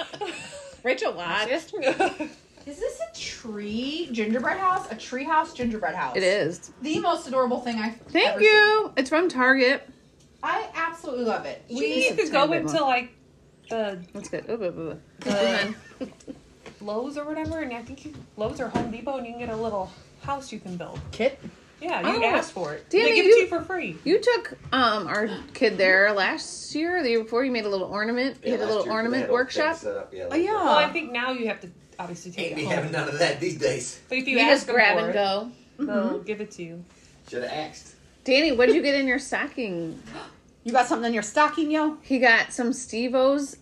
S1: Rachel Watt.
S5: Is this a tree gingerbread house? A tree house gingerbread house.
S1: It is.
S5: the most adorable thing I've
S1: Thank
S5: ever seen.
S1: you. It's from Target.
S5: I absolutely love it.
S4: we
S1: just tiny
S4: could go
S1: bit
S4: into
S1: more.
S4: like the
S1: That's good. Ooh, ooh, ooh, ooh.
S4: the Lowe's or whatever, and I think you, Lowe's or Home Depot, and you can get a little house you can build.
S5: Kit.
S4: Yeah, you
S1: Oh.
S4: asked for it.
S1: Danny,
S4: they give it
S1: you-
S4: to you for free.
S1: You took um our kid there last year, or the year before. You made a little ornament. you had a
S3: last
S1: little
S3: year, they had
S1: ornament
S3: all
S1: workshop.
S3: things set up, yeah,
S5: Oh yeah.
S4: Well, I think now you have to obviously take
S3: Can't be
S4: it home.
S3: having none of that these days.
S4: But if you,
S1: You
S4: ask
S1: just
S4: them
S1: grab
S4: for
S1: and
S4: it,
S1: go. Mm-hmm.
S4: They'll give it to you.
S3: Should have asked.
S1: Danny, what did you get in your stocking?
S5: you got something in your stocking, yo?
S1: He got some Stevos.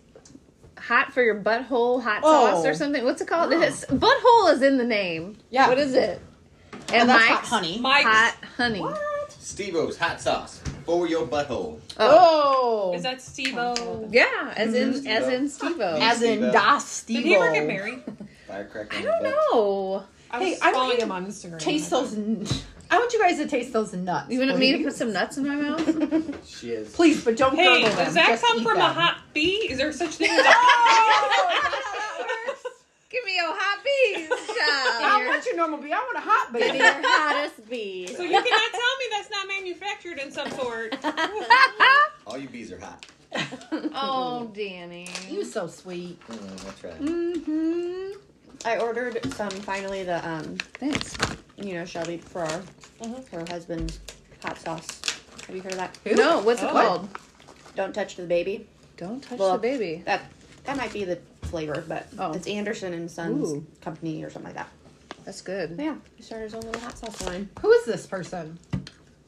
S1: Hot for your butthole, hot
S5: Oh.
S1: sauce or something. What's it called? It's, butthole is in the name.
S5: Yeah.
S1: What is it?
S5: And
S1: And
S5: that's hot
S1: Mike's
S5: honey.
S4: Mike's
S1: hot honey.
S3: Steve-O's hot sauce for your butthole.
S1: Oh.
S5: Oh.
S4: Is that Steve-O?
S1: Yeah, as in
S3: Mhm.
S1: as in Stevo.
S5: as in
S3: Steve-O.
S5: Das
S4: Did
S5: Steve.
S4: he ever get married?
S3: Firecracker.
S1: I
S3: in
S1: don't
S3: the butt.
S1: know.
S4: I was
S5: Hey, I don't
S4: following
S5: even
S4: him on Instagram.
S5: Taste those. n- I want you guys to taste those nuts.
S1: You want me to
S5: please.
S1: put some nuts in my mouth?
S3: She is.
S5: Please, but don't
S4: Hey,
S5: gurgle them.
S4: does that
S5: Just
S4: come
S5: eat
S4: from a
S5: them.
S4: hot bee? Is there such thing as a hot
S1: Give me your hot bees,
S5: I
S1: child.
S5: don't want your normal bee. I want a hot
S6: Maybe
S5: baby.
S6: your hottest bee.
S4: bee? So you cannot tell me that's not manufactured in some sort.
S3: All you bees are hot.
S1: oh, Danny.
S5: you so sweet.
S3: Mm, that's right.
S1: Mm-hmm.
S6: I ordered some finally. The um,
S1: Thanks.
S6: you know, Shelby Farrar,
S4: Mhm.
S6: her husband, hot sauce. Have you heard of that?
S1: No, what's it
S4: Oh.
S1: called?
S6: Don't touch the baby.
S1: Don't touch
S6: Well,
S1: the baby.
S6: That that might be the flavor, but
S1: Oh.
S6: it's Anderson and Sons
S1: Ooh.
S6: company or something like that.
S1: That's good.
S6: But yeah, he started his own little hot sauce line.
S5: Who is this person?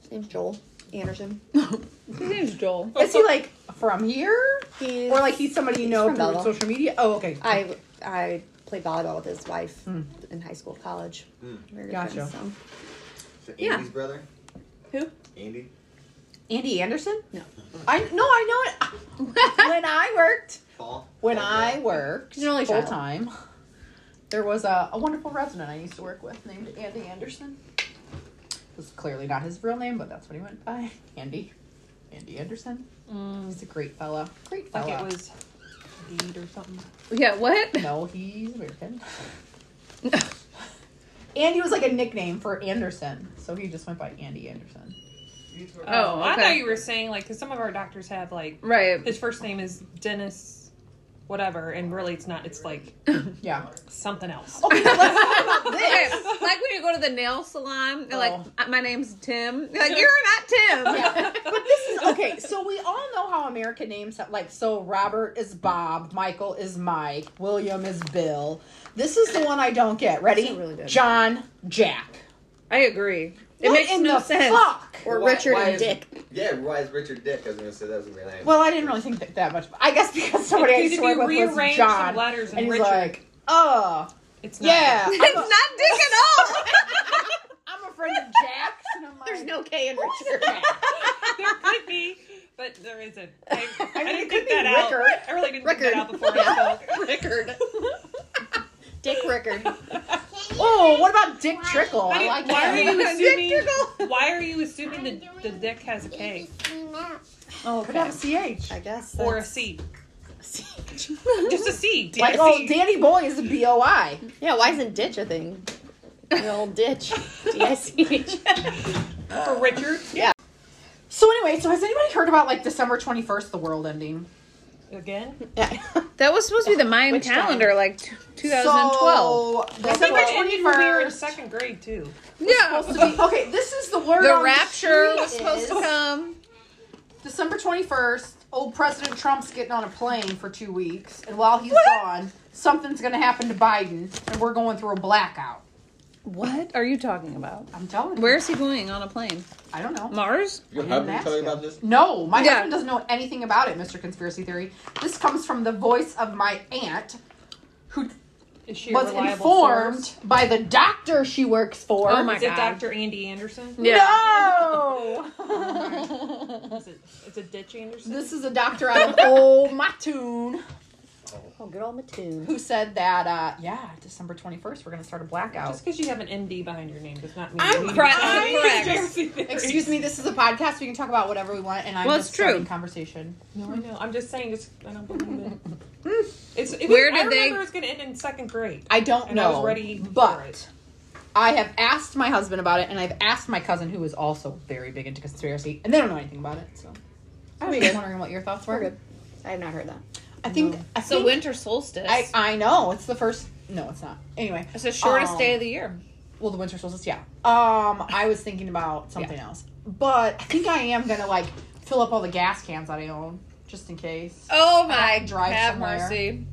S6: His name's Joel Anderson.
S1: His name's Joel.
S5: Is he like from here?
S6: He's,
S5: Or like he's somebody you know
S6: from
S5: through
S6: Belleville.
S5: social media? Oh, okay.
S6: I I played volleyball with his wife in high school, college.
S8: Hmm.
S3: Mm.
S6: Very good
S5: Gotcha.
S6: friends, so.
S3: Is it
S6: Yeah.
S3: Andy's brother?
S6: Who?
S3: Andy?
S5: Andy Anderson?
S6: No.
S5: I no, I know it. when I worked,
S3: Paul?
S5: when
S3: Paul
S5: I
S3: Rudd?
S5: worked
S6: He's an only
S5: full
S6: child.
S5: time, there was a, a wonderful resident I used to work with named Andy Anderson. It was clearly not his real name, but that's what he went by. Andy. Andy Anderson.
S4: Mm,
S5: He's a great fella. Great
S4: like
S5: fella.
S4: it was deed or something.
S1: Yeah, what?
S5: No, he's American. Andy was like a nickname for Anderson, so he just went by Andy Anderson.
S1: Oh, okay.
S4: I thought you were saying like because some of our doctors have like
S1: Right.
S4: his first name is Dennis whatever, and really it's not. It's like
S5: Yeah.
S4: something else.
S5: Okay, so let's talk about
S1: Okay,
S5: this.
S1: like when you go to the nail salon, they're like,
S5: Oh.
S1: "Uh, "My name's Tim." You're like, "You're not Tim."
S5: Yeah. But this is okay. So we all know how American names have, like so Robert is Bob, Michael is Mike, William is Bill. This is the one I don't get. Ready?
S6: It's really good.
S5: John Jack.
S1: I agree. It
S5: What
S1: makes
S5: in
S1: no
S5: the
S1: sense.
S5: Fuck?
S6: Or
S8: Why-
S6: Richard
S8: why
S6: and
S8: is-
S6: Dick.
S8: Yeah, why is Richard Dick? I was gonna say that was gonna be my name.
S5: Well, I didn't really think that, that much. I guess because somebody I
S4: Because
S5: used
S4: if
S5: to work
S4: you
S5: with was
S4: rearrange some
S5: John,
S4: letters
S5: and
S4: and
S5: he's
S4: Richard,
S5: like, oh
S4: it's not
S5: yeah,
S4: good.
S5: I'm
S1: It's
S5: a,
S1: not Dick at all.
S5: I'm a friend of Jack's, and I'm like,
S6: There's no K in Richard.
S5: Jack.
S4: there could be, but there isn't. I, I,
S5: mean, it
S4: didn't
S5: could
S4: think
S5: be
S4: that out.
S5: Rickard.
S4: I really didn't think
S6: Rickard.
S4: that out before I spoke.
S6: Rickard. Dick Rickard.
S7: Can you
S5: Oh, what about Dick Trickle?
S4: I
S5: I
S4: mean,
S5: like
S4: why are
S5: him.
S4: you
S1: Dick-tickle.
S4: assuming? Why are you assuming the, the dick has a K
S6: Oh,
S5: Could have a CH.
S6: I guess.
S4: or a
S6: that's-
S4: C? Just a C. D-
S5: Like,
S4: a
S5: oh,
S4: C.
S5: Danny Boy is a B O I.
S6: yeah, why isn't ditch a thing? The old ditch. D I C H.
S4: for Richard.
S5: So anyway, so has anybody heard about like December twenty first, the world ending?
S4: Again,
S1: That was supposed to be the Mayan
S6: Which
S1: calendar, like t- 2012.
S5: So, December
S4: December
S5: twenty
S4: ended when we were in
S5: first.
S4: second grade too.
S1: yeah,
S5: Okay, this is the word. on
S1: the rapture
S5: street
S1: was supposed to
S5: is
S1: come.
S5: December twenty first. Old President Trump's getting on a plane for two weeks, and while he's gone, something's gonna happen to Biden, and we're going through a blackout.
S1: What are you talking about?
S5: I'm telling you.
S1: Where's he going on a plane?
S5: I don't know.
S1: Mars?
S8: Your
S5: husband
S8: husband
S5: told
S8: told
S5: you
S8: you
S5: about
S8: about this?
S5: No, my
S1: Yeah.
S5: husband doesn't know anything about it, Mr. Conspiracy Theory. This comes from the voice of my aunt, who
S4: Is she a
S5: was
S4: reliable
S5: informed
S4: source?
S5: by the doctor she works for.
S1: Oh my
S4: Is it
S1: God.
S4: Dr. Andy Anderson?
S5: No!
S4: Is it? It's a ditch Anderson.
S5: this is a doctor out of Old Mattoon
S6: Oh, good old Mattoon.
S5: who said that, uh, yeah, December 21st, we're going to start a blackout.
S4: Just because you have an MD behind your name does not mean
S5: I'm
S4: you need
S5: correct.
S4: to
S5: I'm
S4: have
S1: correct.
S4: conspiracy theories.
S5: Excuse me, this is a podcast. We can talk about whatever we want, and I'm
S1: Well,
S5: just
S1: it's true.
S5: starting conversation.
S4: No, I know. I'm just saying. Just I don't believe it. It's, it
S1: Where
S4: was, I
S1: did they-
S4: remember it was going to end in second grade.
S5: I don't
S4: And I
S5: know.
S4: was ready for
S5: but
S4: it.
S5: I have asked my husband about it, and I've asked my cousin, who is also very big into conspiracy, and they don't know anything about it. So I was just wondering what your thoughts were.
S6: We're good. I have not heard that.
S5: I think I
S1: So
S5: think-
S1: winter solstice.
S5: I I know it's the first. No, it's not. Anyway,
S1: it's the shortest
S5: um,
S1: day of the year.
S5: Well, the winter solstice, yeah. Um, I was thinking about something else, but I think I am gonna like fill up all the gas cans that I own just in case.
S1: Oh
S5: I
S1: my!
S5: have to drive
S1: have
S5: somewhere.
S1: mercy.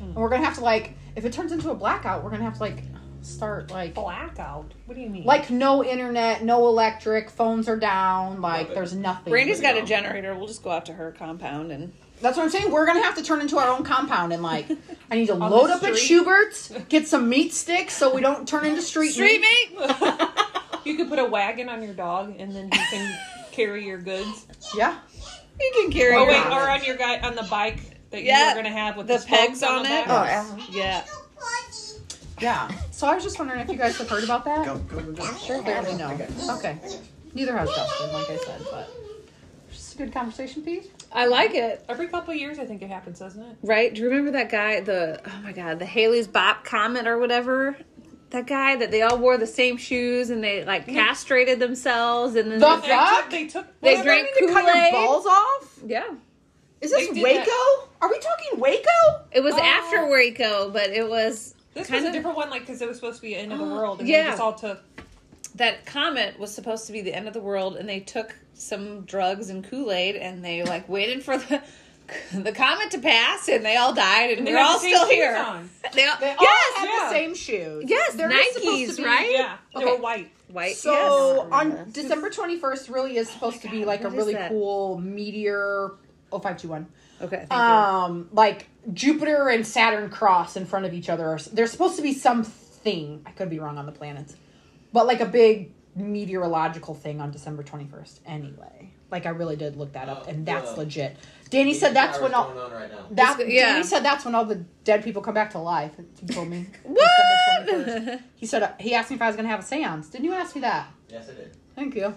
S5: And we're gonna have to like, if it turns into a blackout, we're gonna have to like start like
S4: Oh. Blackout. What do you mean?
S5: like no internet, no electric, phones are down, like
S8: Love it.
S5: there's nothing.
S1: Brandy's got a generator. We'll just go out to her compound and
S5: That's what I'm saying. We're gonna have to turn into our own compound and like, I need to
S4: the
S5: load up at
S4: street?
S5: Schubert's, get some meat sticks, so we don't turn into street
S1: street meat.
S4: you could put a wagon on your dog, and then you can carry your goods.
S5: Yeah.
S1: You can carry.
S4: Oh
S1: your-
S4: wait, or on your guy on the bike that you
S1: Yeah,
S4: were going to have with
S1: the
S4: the, spokes
S1: pegs on
S4: the
S1: it.
S4: back.
S6: Oh,
S1: Yeah.
S6: yeah.
S5: Yeah. So I was just wondering if you guys have heard about that.
S3: Go, go, go.
S5: Sure, barely no. Okay. Neither has Justin, like I said, but just a good conversation piece.
S1: I like it.
S4: Every couple of years, I think it happens, doesn't it?
S1: Right? Do you remember that guy? The oh my god, the Haley's Bop Comet or whatever. That guy that they all wore the same shoes and they like castrated themselves and then
S5: The
S1: they-
S4: They
S5: Fuck.
S4: took. They took.
S1: They
S4: what-
S1: drank
S5: You cut your
S1: Kool-Aid?
S5: balls off?
S1: yeah.
S5: Is this
S4: They did
S5: Waco?
S4: that.
S5: Are we talking Waco?
S1: It was
S4: Oh.
S1: after Waco, but it was
S4: This was
S1: kind
S4: a
S1: of
S4: different one, like because it was supposed to be end of the world, and
S1: Yeah.
S4: they just all took.
S1: that comet was supposed to be the end of the world and they took some drugs and Kool-Aid and they like waited for the the comet to pass and they all died and,
S4: And they
S1: we're
S4: had the
S1: all
S4: same
S1: still
S4: shoes
S1: here.
S4: on.
S1: They all,
S5: They all
S1: yes,
S5: had
S4: yeah.
S5: the same shoes.
S1: yes,
S5: They're just supposed
S1: Nikes,
S5: to be-
S1: right?
S4: Yeah, they
S1: Okay.
S4: were white.
S1: White.
S5: So
S6: Yes.
S5: on December 21st really is supposed to be like a
S1: what is
S5: really
S1: that?
S5: cool meteor 0521.
S1: yes. Okay. Thank you.
S5: Um like Jupiter and Saturn cross in front of each other. or s- There's supposed to be something. I could be wrong on the planets. But like a big meteorological thing on December 21st anyway. Like I really did look that up and that's
S8: Oh.
S5: legit. Danny said that's when all
S8: going on right now.
S5: that
S1: It's- yeah.
S5: Danny said that's when all the dead people come back to life. He told me.
S1: What?
S5: December 21st. He said uh, he asked me if I was going to have a séance. Didn't you ask me that?
S8: Yes, I did.
S5: Thank you.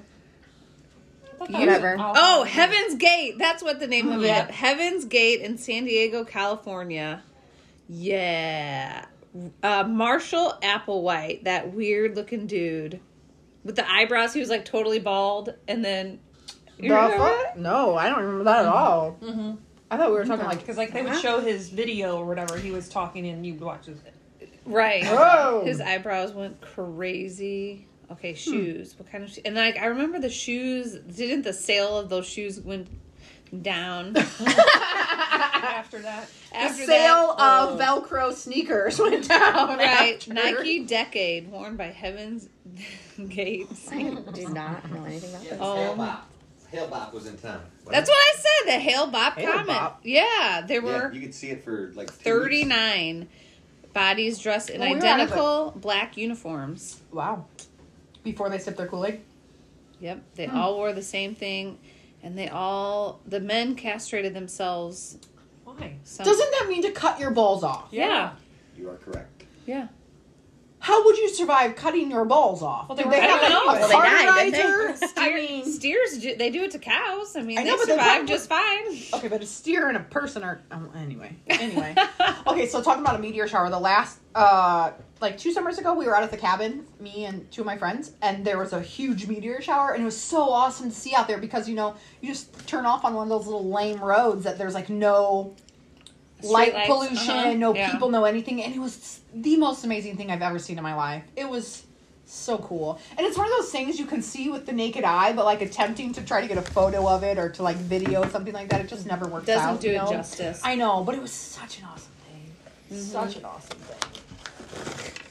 S6: Whatever.
S1: Oh, Heaven's Gate. That's what the name of it. Heaven's Gate in San Diego, California. Yeah. Uh, Marshall Applewhite, that weird looking dude with the eyebrows. He was like totally bald. And then. You
S5: The
S1: remember
S5: fuck?
S1: that?
S5: No, I don't remember that at all. Mm-hmm. I thought we were talking like
S4: Because like they
S5: Uh-huh.
S4: would show his video or whatever he was talking and you would watch his.
S1: Right.
S5: Oh. Hmm.
S1: His eyebrows went crazy. Okay, shoes. What kind of shoes? And like I remember the shoes. Didn't the sale of those shoes went down
S4: After that,
S1: after
S5: the
S1: that?
S5: sale
S1: oh.
S5: of Velcro sneakers went down.
S1: Right,
S5: after.
S1: Nike Decade worn by Heaven's Gates.
S6: I do not know anything about this.
S1: Oh.
S3: Hail Bop. Hail Bop was in town.
S1: That's what I said. The Hail Bop
S5: Hail
S1: comment.
S5: Bop.
S1: Yeah, there
S3: Yeah,
S1: were
S3: you could see it for like two weeks.
S1: 39 bodies dressed in
S5: Well, we were out of it.
S1: identical black uniforms.
S5: Wow. Before they sip their Kool Aid.
S1: Yep, they all wore the same thing, and they all the men castrated themselves.
S4: why?
S1: Some,
S5: Doesn't that mean to cut your balls off?
S1: yeah,
S3: You are correct.
S1: yeah.
S5: How would you survive cutting your balls off?
S4: Well, they
S5: Did
S4: were
S5: they have
S4: cutting
S5: a
S4: off.
S5: a
S4: Well,
S6: they died, didn't
S5: fertilizer? I mean,
S1: steers do, they do it to cows. I mean,
S5: I
S1: they
S5: know, but they
S1: survive
S5: probably-
S1: just fine.
S5: okay, but a steer and a person are um, anyway. Anyway, okay. So talking about a meteor shower, the last uh, like two summers ago, we were out at the cabin, me and two of my friends, and there was a huge meteor shower, and it was so awesome to see out there because you know you just turn off on one of those little lame roads that there's like no light
S1: lights,
S5: pollution,
S1: uh-huh,
S5: no
S1: yeah.
S5: people, no anything. And it was the most amazing thing I've ever seen in my life. It was so cool. And it's one of those things you can see with the naked eye, but like attempting to try to get a photo of it or to like video something like that, it just never works
S1: Doesn't
S5: out.
S1: do
S5: you
S1: it
S5: know?
S1: justice.
S5: I know, but it was such an awesome thing. Such an awesome thing.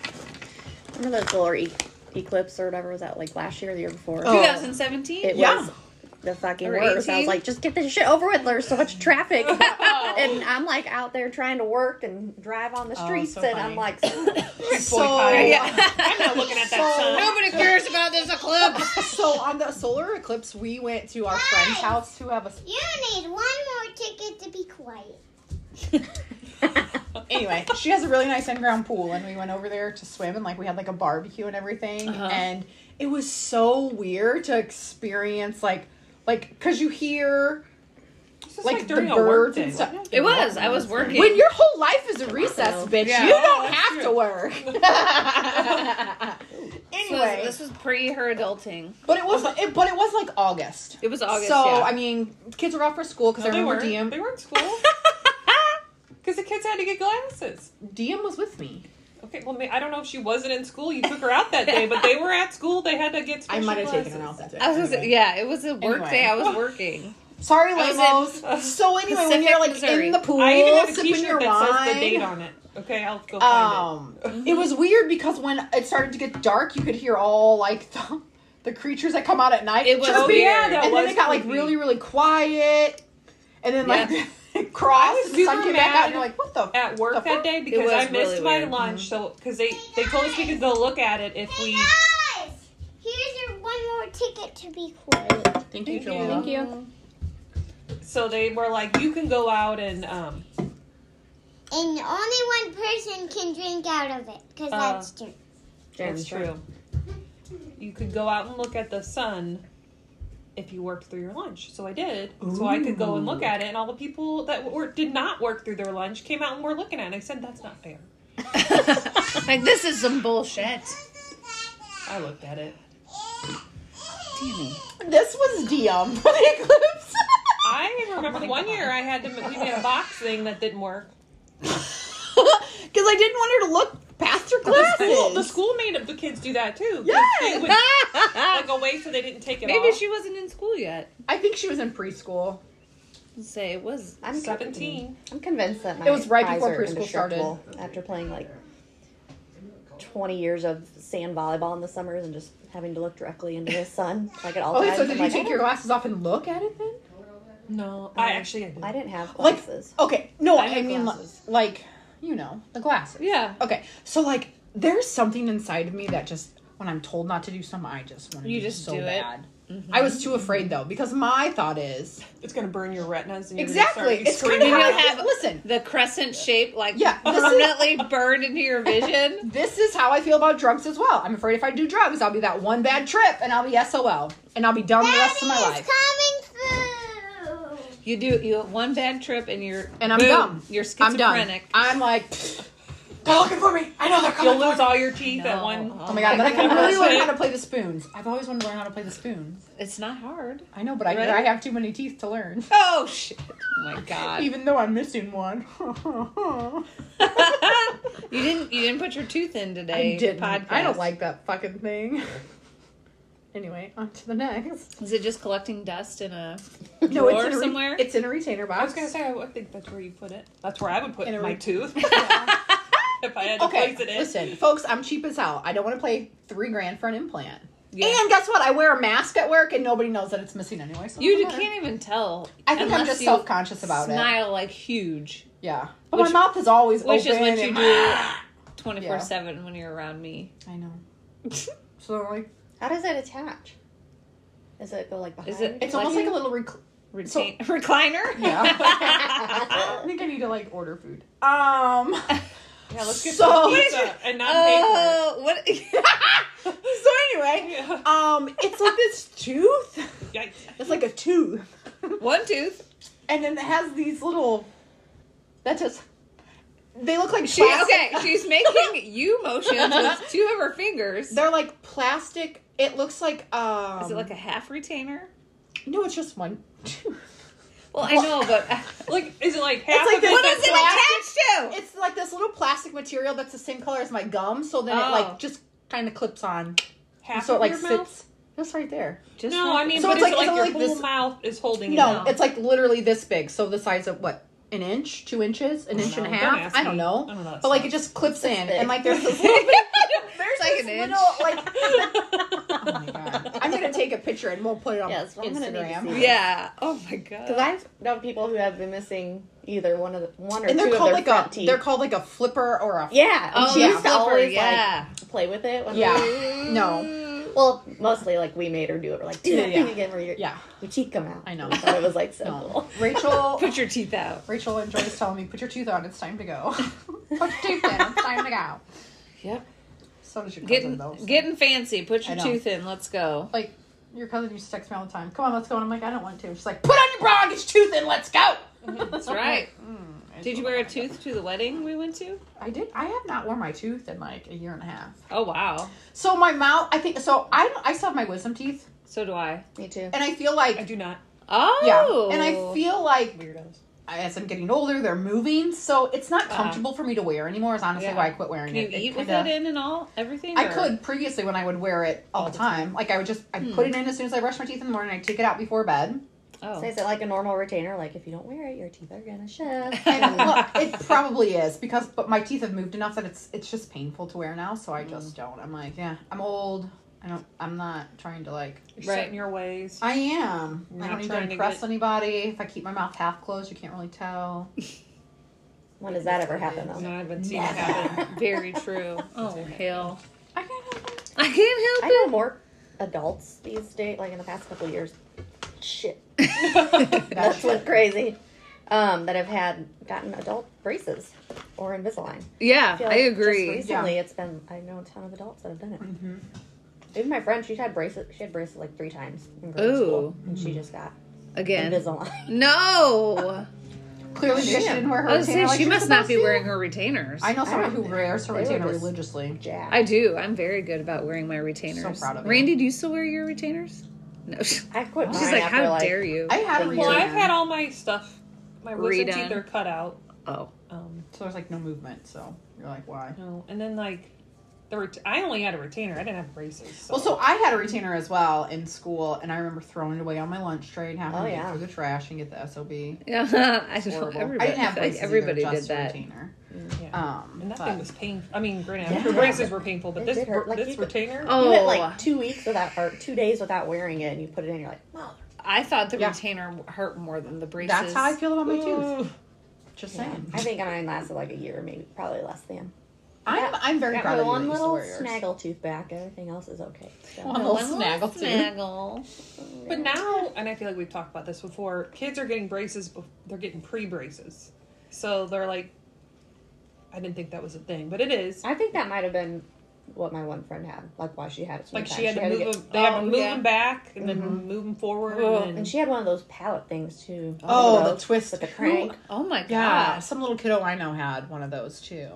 S6: Remember those solar e- eclipse or whatever was that like last year or the year before?
S5: Oh.
S1: 2017.
S6: It
S5: Yeah.
S6: was the fucking
S1: Or
S6: worst. I
S1: 18?
S6: was like, just get this shit over with. There's so much traffic. and I'm like out there trying to work and drive on the
S5: Oh,
S6: streets.
S5: so
S6: and
S5: funny.
S6: I'm like,
S5: So,
S4: I'm not looking at that sun.
S1: Nobody cares about this eclipse.
S5: so on the solar eclipse, we went to our friend's
S7: Guys!
S5: house to have a
S7: You need one more ticket to be quiet.
S5: anyway, she has a really nice in-ground pool, and we went over there to swim, and like we had like a barbecue and everything,
S1: Uh-huh.
S5: and it was so weird to experience like, like because you hear
S4: It's just
S5: like, the
S4: during a
S5: birds
S4: workday,
S5: and stuff.
S4: wasn't
S1: It was. I was working.
S5: When your whole life is a recess, bitch,
S1: Yeah.
S5: you don't
S4: That's
S5: have to
S4: true.
S5: work.
S1: This was-
S5: anyway,
S1: this was pre her adulting.
S5: but it was it, but it was like August.
S1: It was August.
S5: so
S1: yeah.
S5: I mean, kids were off for school because
S4: No,
S5: I
S4: they
S5: remember
S4: weren't.
S5: DM
S4: They were in school. Because the kids had to get glasses.
S5: DM was with me.
S4: Okay, well, ma- I don't know if she wasn't in school. You took her out that day, but they were at school. They had to get.
S5: I
S4: Special
S5: might have taken her
S4: glasses.
S5: out that day.
S1: I was gonna say,
S5: Anyway.
S1: yeah, it was a work
S5: Anyway.
S1: day. I was working.
S5: Sorry,
S1: I was
S5: Lamos.
S1: in,
S5: so anyway, when
S1: Pacific,
S5: you're like
S1: Missouri.
S5: in the pool,
S4: I even have a
S5: sipping your
S4: T-shirt that
S5: wine,
S4: says the date on it. Okay, I'll go find
S5: um, it was weird because when it started to get dark, you could hear all like the, the creatures that come out at night.
S1: It was
S5: chirping,
S1: weird. Yeah,
S4: that
S5: and then
S4: was
S5: it got like
S4: creepy.
S5: really, really quiet, and then like it crossed.
S4: was
S5: and the sun
S4: super
S5: came back out,
S4: mad
S5: and you're like, what the?
S4: it. At
S5: the
S4: work
S5: fuck?
S4: that day because
S1: was
S4: I missed
S1: really
S4: my
S1: weird.
S4: lunch. So because they they closed because they'll look at it if we.
S7: Guys, here's your one more ticket to be quiet.
S5: Thank you,
S4: Thank
S5: Joel.
S4: you.
S6: thank you.
S4: So they were like, you can go out and um.
S7: And only one person can drink out of it, because
S4: Uh,
S7: that's true.
S4: That's true. You could go out and look at the sun if you worked through your lunch. So I did. So I could go and look at it, and all the people that were, did not work through their lunch came out and were looking at it. And I said, that's not fair.
S1: like this is some bullshit.
S4: I looked at it.
S5: This was DM for the eclipse.
S4: I remember one year I had to, we did a box thing that didn't work.
S5: Because I didn't want her to look past her
S4: The
S5: glasses.
S4: school, the school made the kids do that too. 'cause They would like away so they didn't take it
S1: Maybe
S4: off.
S1: she wasn't in school yet.
S5: I think she was in preschool.
S1: Let's Say it was.
S6: I'm con-
S4: 17.
S6: I'm convinced that my
S5: It was right
S6: eyes
S5: before
S6: are
S5: preschool started.
S6: indestructible After playing like 20 years of sand volleyball in the summers and just having to look directly into the sun, like at all
S5: Okay,
S6: times.
S5: so
S6: I'm
S5: did you
S6: like, "Oh,
S5: take
S6: I
S5: your
S6: don't-
S5: glasses off and look at it then?
S4: No, Oh, I actually I didn't.
S6: I didn't have
S5: Like-
S6: glasses.
S5: Okay, no,
S4: I
S5: I,
S4: had
S5: mean,
S4: glasses.
S5: like, you know, the glasses.
S1: Yeah.
S5: Okay, so like, there's something inside of me that just, when I'm told not to do something, I just want to
S1: You
S5: do
S1: just
S5: so
S1: do it.
S5: bad.
S4: Mm-hmm.
S5: I was too afraid though, because my thought is
S4: It's gonna burn your retinas and you're
S5: exactly.
S4: Gonna
S5: It's
S4: start
S5: kind of
S1: screaming.
S5: how I
S1: You have-
S5: feel- listen.
S1: The crescent shape, like
S5: Yeah, this is-
S1: permanently burned into your vision.
S5: This is how I feel about drugs as well. I'm afraid if I do drugs, I'll be that one bad trip and I'll be SOL and I'll be done the rest of my
S7: Daddy
S5: life.
S7: is coming through.
S1: You do you have one bad trip and you're
S5: And I'm
S1: boom,
S5: dumb.
S1: You're
S5: I'm done.
S1: schizophrenic.
S5: I'm like, pfft, They're looking for me. I know they're coming.
S4: You'll lose all your teeth at
S1: No.
S4: one.
S5: Oh my god! But I can
S4: Remember
S5: really learn
S4: that?
S5: how to play the spoons. I've always wanted to learn how to play the spoons.
S1: It's not hard.
S5: I know, but I,
S1: Right?
S5: I have too many teeth to learn.
S1: Oh shit! Oh my god!
S5: Even though I'm missing one.
S1: you didn't. You didn't put your tooth in today.
S5: I didn't.
S1: Podcast.
S5: I don't like that fucking thing. Anyway, on to the next.
S1: Is it just collecting dust in a?
S5: No,
S1: Drawer
S5: it's in a
S1: somewhere?
S5: It's in a retainer box.
S4: I was gonna say I would think that's where you put it. That's where I would put
S5: In a
S4: my
S5: re-
S4: tooth if I had to
S5: Okay,
S4: place it in.
S5: listen, folks. I'm cheap as hell. I don't want to pay three grand for an implant.
S1: Yeah.
S5: And guess what? I wear a mask at work, and nobody knows that it's missing anyway. So it
S1: You
S5: doesn't matter.
S1: can't even tell.
S5: I think I'm
S1: unless
S5: just
S1: you
S5: self conscious about it.
S1: Smile like huge,
S5: Yeah, but
S1: Which-
S5: my mouth is always
S1: which
S5: open.
S1: is what you
S5: and-
S1: do twenty four seven when you're around me.
S5: I know. So like,
S6: How does that attach? Does it go like behind?
S1: Is it-
S5: it's almost like a little. Rec-
S1: Retain- recliner.
S5: yeah. I think I need to like order food. Um.
S4: Yeah, let's get
S5: So-
S4: some pizza and not pay
S1: Oh, what?
S5: So anyway,
S4: for it.
S5: um, it's like this tooth.
S4: Yeah.
S5: It's like a tooth,
S1: One tooth.
S5: and then it has these little. That just. They look like
S1: She,
S5: plastic-
S1: okay, she's making you motions with two of her fingers.
S5: They're like plastic. It looks like um.
S1: Is it like a half retainer?
S5: No, it's just one. tooth.
S1: Well, I know, but
S4: Like, is it like half
S5: like
S4: of
S5: this-
S4: it?
S1: what
S4: that's
S1: is it
S5: plastic-
S1: attached to?
S5: It's like this little plastic material that's the same color as my gum, so then it
S1: Oh.
S5: like just kind of clips on,
S4: half
S5: so it
S4: of
S5: like
S4: your
S5: sits.
S4: mouth?
S5: That's right there.
S1: Just
S4: No,
S1: not-
S4: I mean,
S5: So
S4: but
S5: it's
S4: is it like
S5: like- it's
S4: your
S5: like
S4: whole
S5: this-
S4: mouth is holding it
S5: No,
S4: out?
S5: it's like literally this big, so the size of what? An inch, two inches,
S1: Oh,
S5: an inch and a
S4: know. Don't
S5: half.
S4: ask
S5: I don't
S4: me.
S5: know.
S4: I don't know that
S5: but like
S4: stuff.
S5: it just clips in,
S6: big.
S5: and like there's this little bit,
S1: it's like an inch.
S5: little like. oh my god! I'm gonna take a picture and we'll put it on
S6: Yes, well, I'm gonna need to
S5: Instagram.
S6: see
S1: Yeah. Oh my
S6: Because
S1: god.
S6: I've known people who have been missing either one of the one or
S5: And
S6: two
S5: they're
S6: of
S5: called
S6: their
S5: like
S6: front
S5: a
S6: teeth.
S5: they're called like a flipper or a
S6: yeah, and
S1: Oh,
S6: she
S5: yeah.
S6: used to
S1: flipper,
S6: always
S1: yeah.
S6: like play with it. When
S5: Yeah.
S6: We,
S5: no
S6: well, mostly like we made her do it. We're like, do that
S5: Yeah, yeah.
S6: thing again where your
S5: yeah
S6: your teeth come out.
S5: I know.
S6: We thought it was like so
S5: no
S6: cool.
S5: Rachel
S1: Put your teeth out.
S5: Rachel enjoys telling me put your tooth on it's time to go put your tooth in it's time to go
S1: Yep.
S5: so does your cousin
S1: Getting
S5: though so.
S1: getting fancy. Put
S5: I
S1: your
S5: know.
S1: tooth in. Let's go.
S5: like your cousin used to text me all the time come on let's go and I'm like I don't want to she's like put on your bra get your tooth in let's go
S1: That's right.
S5: Mm, I
S1: Did
S5: don't
S1: you wear a
S5: know.
S1: tooth to the wedding we went to?
S5: I did I have not worn my tooth in like a year and a half
S1: Oh wow. so
S5: so my mouth I think so I don't- I still have my wisdom teeth
S1: So do I.
S6: Me too.
S5: and I feel like
S4: I do not.
S1: Oh.
S5: yeah and I feel like
S4: Weirdos.
S5: as I'm getting older, they're moving, so it's not
S1: Uh-huh.
S5: comfortable for me to wear anymore. Is honestly
S1: Yeah.
S5: why I quit wearing
S1: Can you
S5: it. It
S1: eat with
S5: kinda-
S1: it in and all everything?
S5: I
S1: or-
S5: could previously when I would wear it all the time. Like I would just I would put it in as soon as I brush my teeth in the morning. I would take it out before bed.
S1: Oh.
S6: So is it like a normal retainer? Like if you don't wear it, your teeth are gonna shed.
S5: And look, it probably is because but my teeth have moved enough that it's it's just painful to wear now. So I just don't. I'm like yeah, I'm old. I don't. I'm not trying to like.
S4: You're
S1: Right.
S4: set in your ways.
S5: I am.
S4: You're
S5: I
S4: not
S5: don't need to
S4: trying to
S5: impress
S4: get-
S5: anybody. If I keep my mouth half closed, you can't really tell.
S6: when does that ever happen though?
S4: No, I haven't seen it happen.
S1: Very true. Oh hell.
S5: I can't help it.
S1: I can't
S6: I
S1: help
S6: know more adults these days, like in the past couple of years. Shit. That's what's crazy. Um, that have had gotten adult braces or Invisalign.
S1: it. Yeah,
S6: feel
S1: I
S6: like Just
S1: agree.
S6: recently, it's been I know a ton of adults that have done it.
S5: Mm-hmm.
S6: Even my friend, she's had braces. She had braces like three times in grade
S1: Ooh.
S6: school, and
S5: Mm-hmm.
S6: she just got
S1: Again.
S6: Invisalign.
S1: No.
S5: Clearly, because she didn't wear her.
S1: I was
S5: retainer
S1: saying
S5: like
S1: she
S5: was
S1: must not
S5: supposed
S1: be
S5: to.
S1: wearing her retainers.
S5: I know someone
S6: don't
S5: who wears her
S6: They were
S5: retainer
S6: just-
S5: religiously.
S6: Jack,
S1: I do. I'm very good about wearing my retainers.
S5: proud of you.
S1: Randy, do you still wear your retainers? No. She's
S6: I quit. Mine
S1: like,
S6: after,
S1: how
S6: like,
S1: dare you?
S5: I had a
S6: Well,
S5: retainer.
S4: Well, I've had all my stuff. My wisdom
S1: Redone.
S4: teeth are cut out.
S1: oh.
S4: Um,
S5: So there's like no movement. So you're like, why?
S4: no, and then like the ret- I only had a retainer. I didn't have braces. So.
S5: Well, so I had a retainer as well in school, and I remember throwing it away on my lunch tray and having
S6: Oh,
S5: to get
S6: yeah.
S5: through the trash and get the sob. It's
S1: Yeah. I don't know.
S5: horrible.
S1: Everybody,
S5: I didn't have
S1: feel like
S5: braces
S1: everybody
S5: either,
S1: did
S5: just
S1: that.
S5: Retainer.
S4: yeah.
S5: Um,
S4: and that
S5: but-
S4: thing was painful. I mean, granted, I'm
S6: Yeah.
S4: sure braces were painful, but
S6: It
S4: this
S6: did hurt. Like,
S4: this
S6: you could-
S4: retainer.
S1: Oh,
S6: You went like two weeks without, or two days without wearing it, and you put it in. You're like, well,
S1: I thought the
S5: Yeah.
S1: retainer hurt more than the braces.
S5: that's how I feel about my tooth. Just saying.
S6: I think mine lasted like a year, maybe probably less than.
S5: I'm I'm very
S6: Got
S5: proud
S6: my
S5: of you.
S6: one
S5: that you still
S6: little
S5: wear yours.
S6: snaggle tooth back. Everything else is okay. So,
S5: One little snaggle tooth.
S1: Snaggle.
S4: But now, and I feel like we've talked about this before. Kids are getting braces. Bef- they're getting pre braces, so they're like. I didn't think that was a thing, but it is.
S6: I think that might have been what my one friend had, like why she had it. so many
S4: Like she
S6: times.
S4: had to move
S6: get-
S4: them. They had
S1: oh,
S4: to move
S1: yeah.
S4: them back and then move them forward.
S1: Oh,
S4: and then,
S6: And she had one of those palette things too.
S5: Oh,
S6: One of
S5: the
S6: those
S5: twist
S6: with the crank.
S1: Oh my
S5: Yeah,
S1: gosh.
S5: some little kiddo I know had one of those too.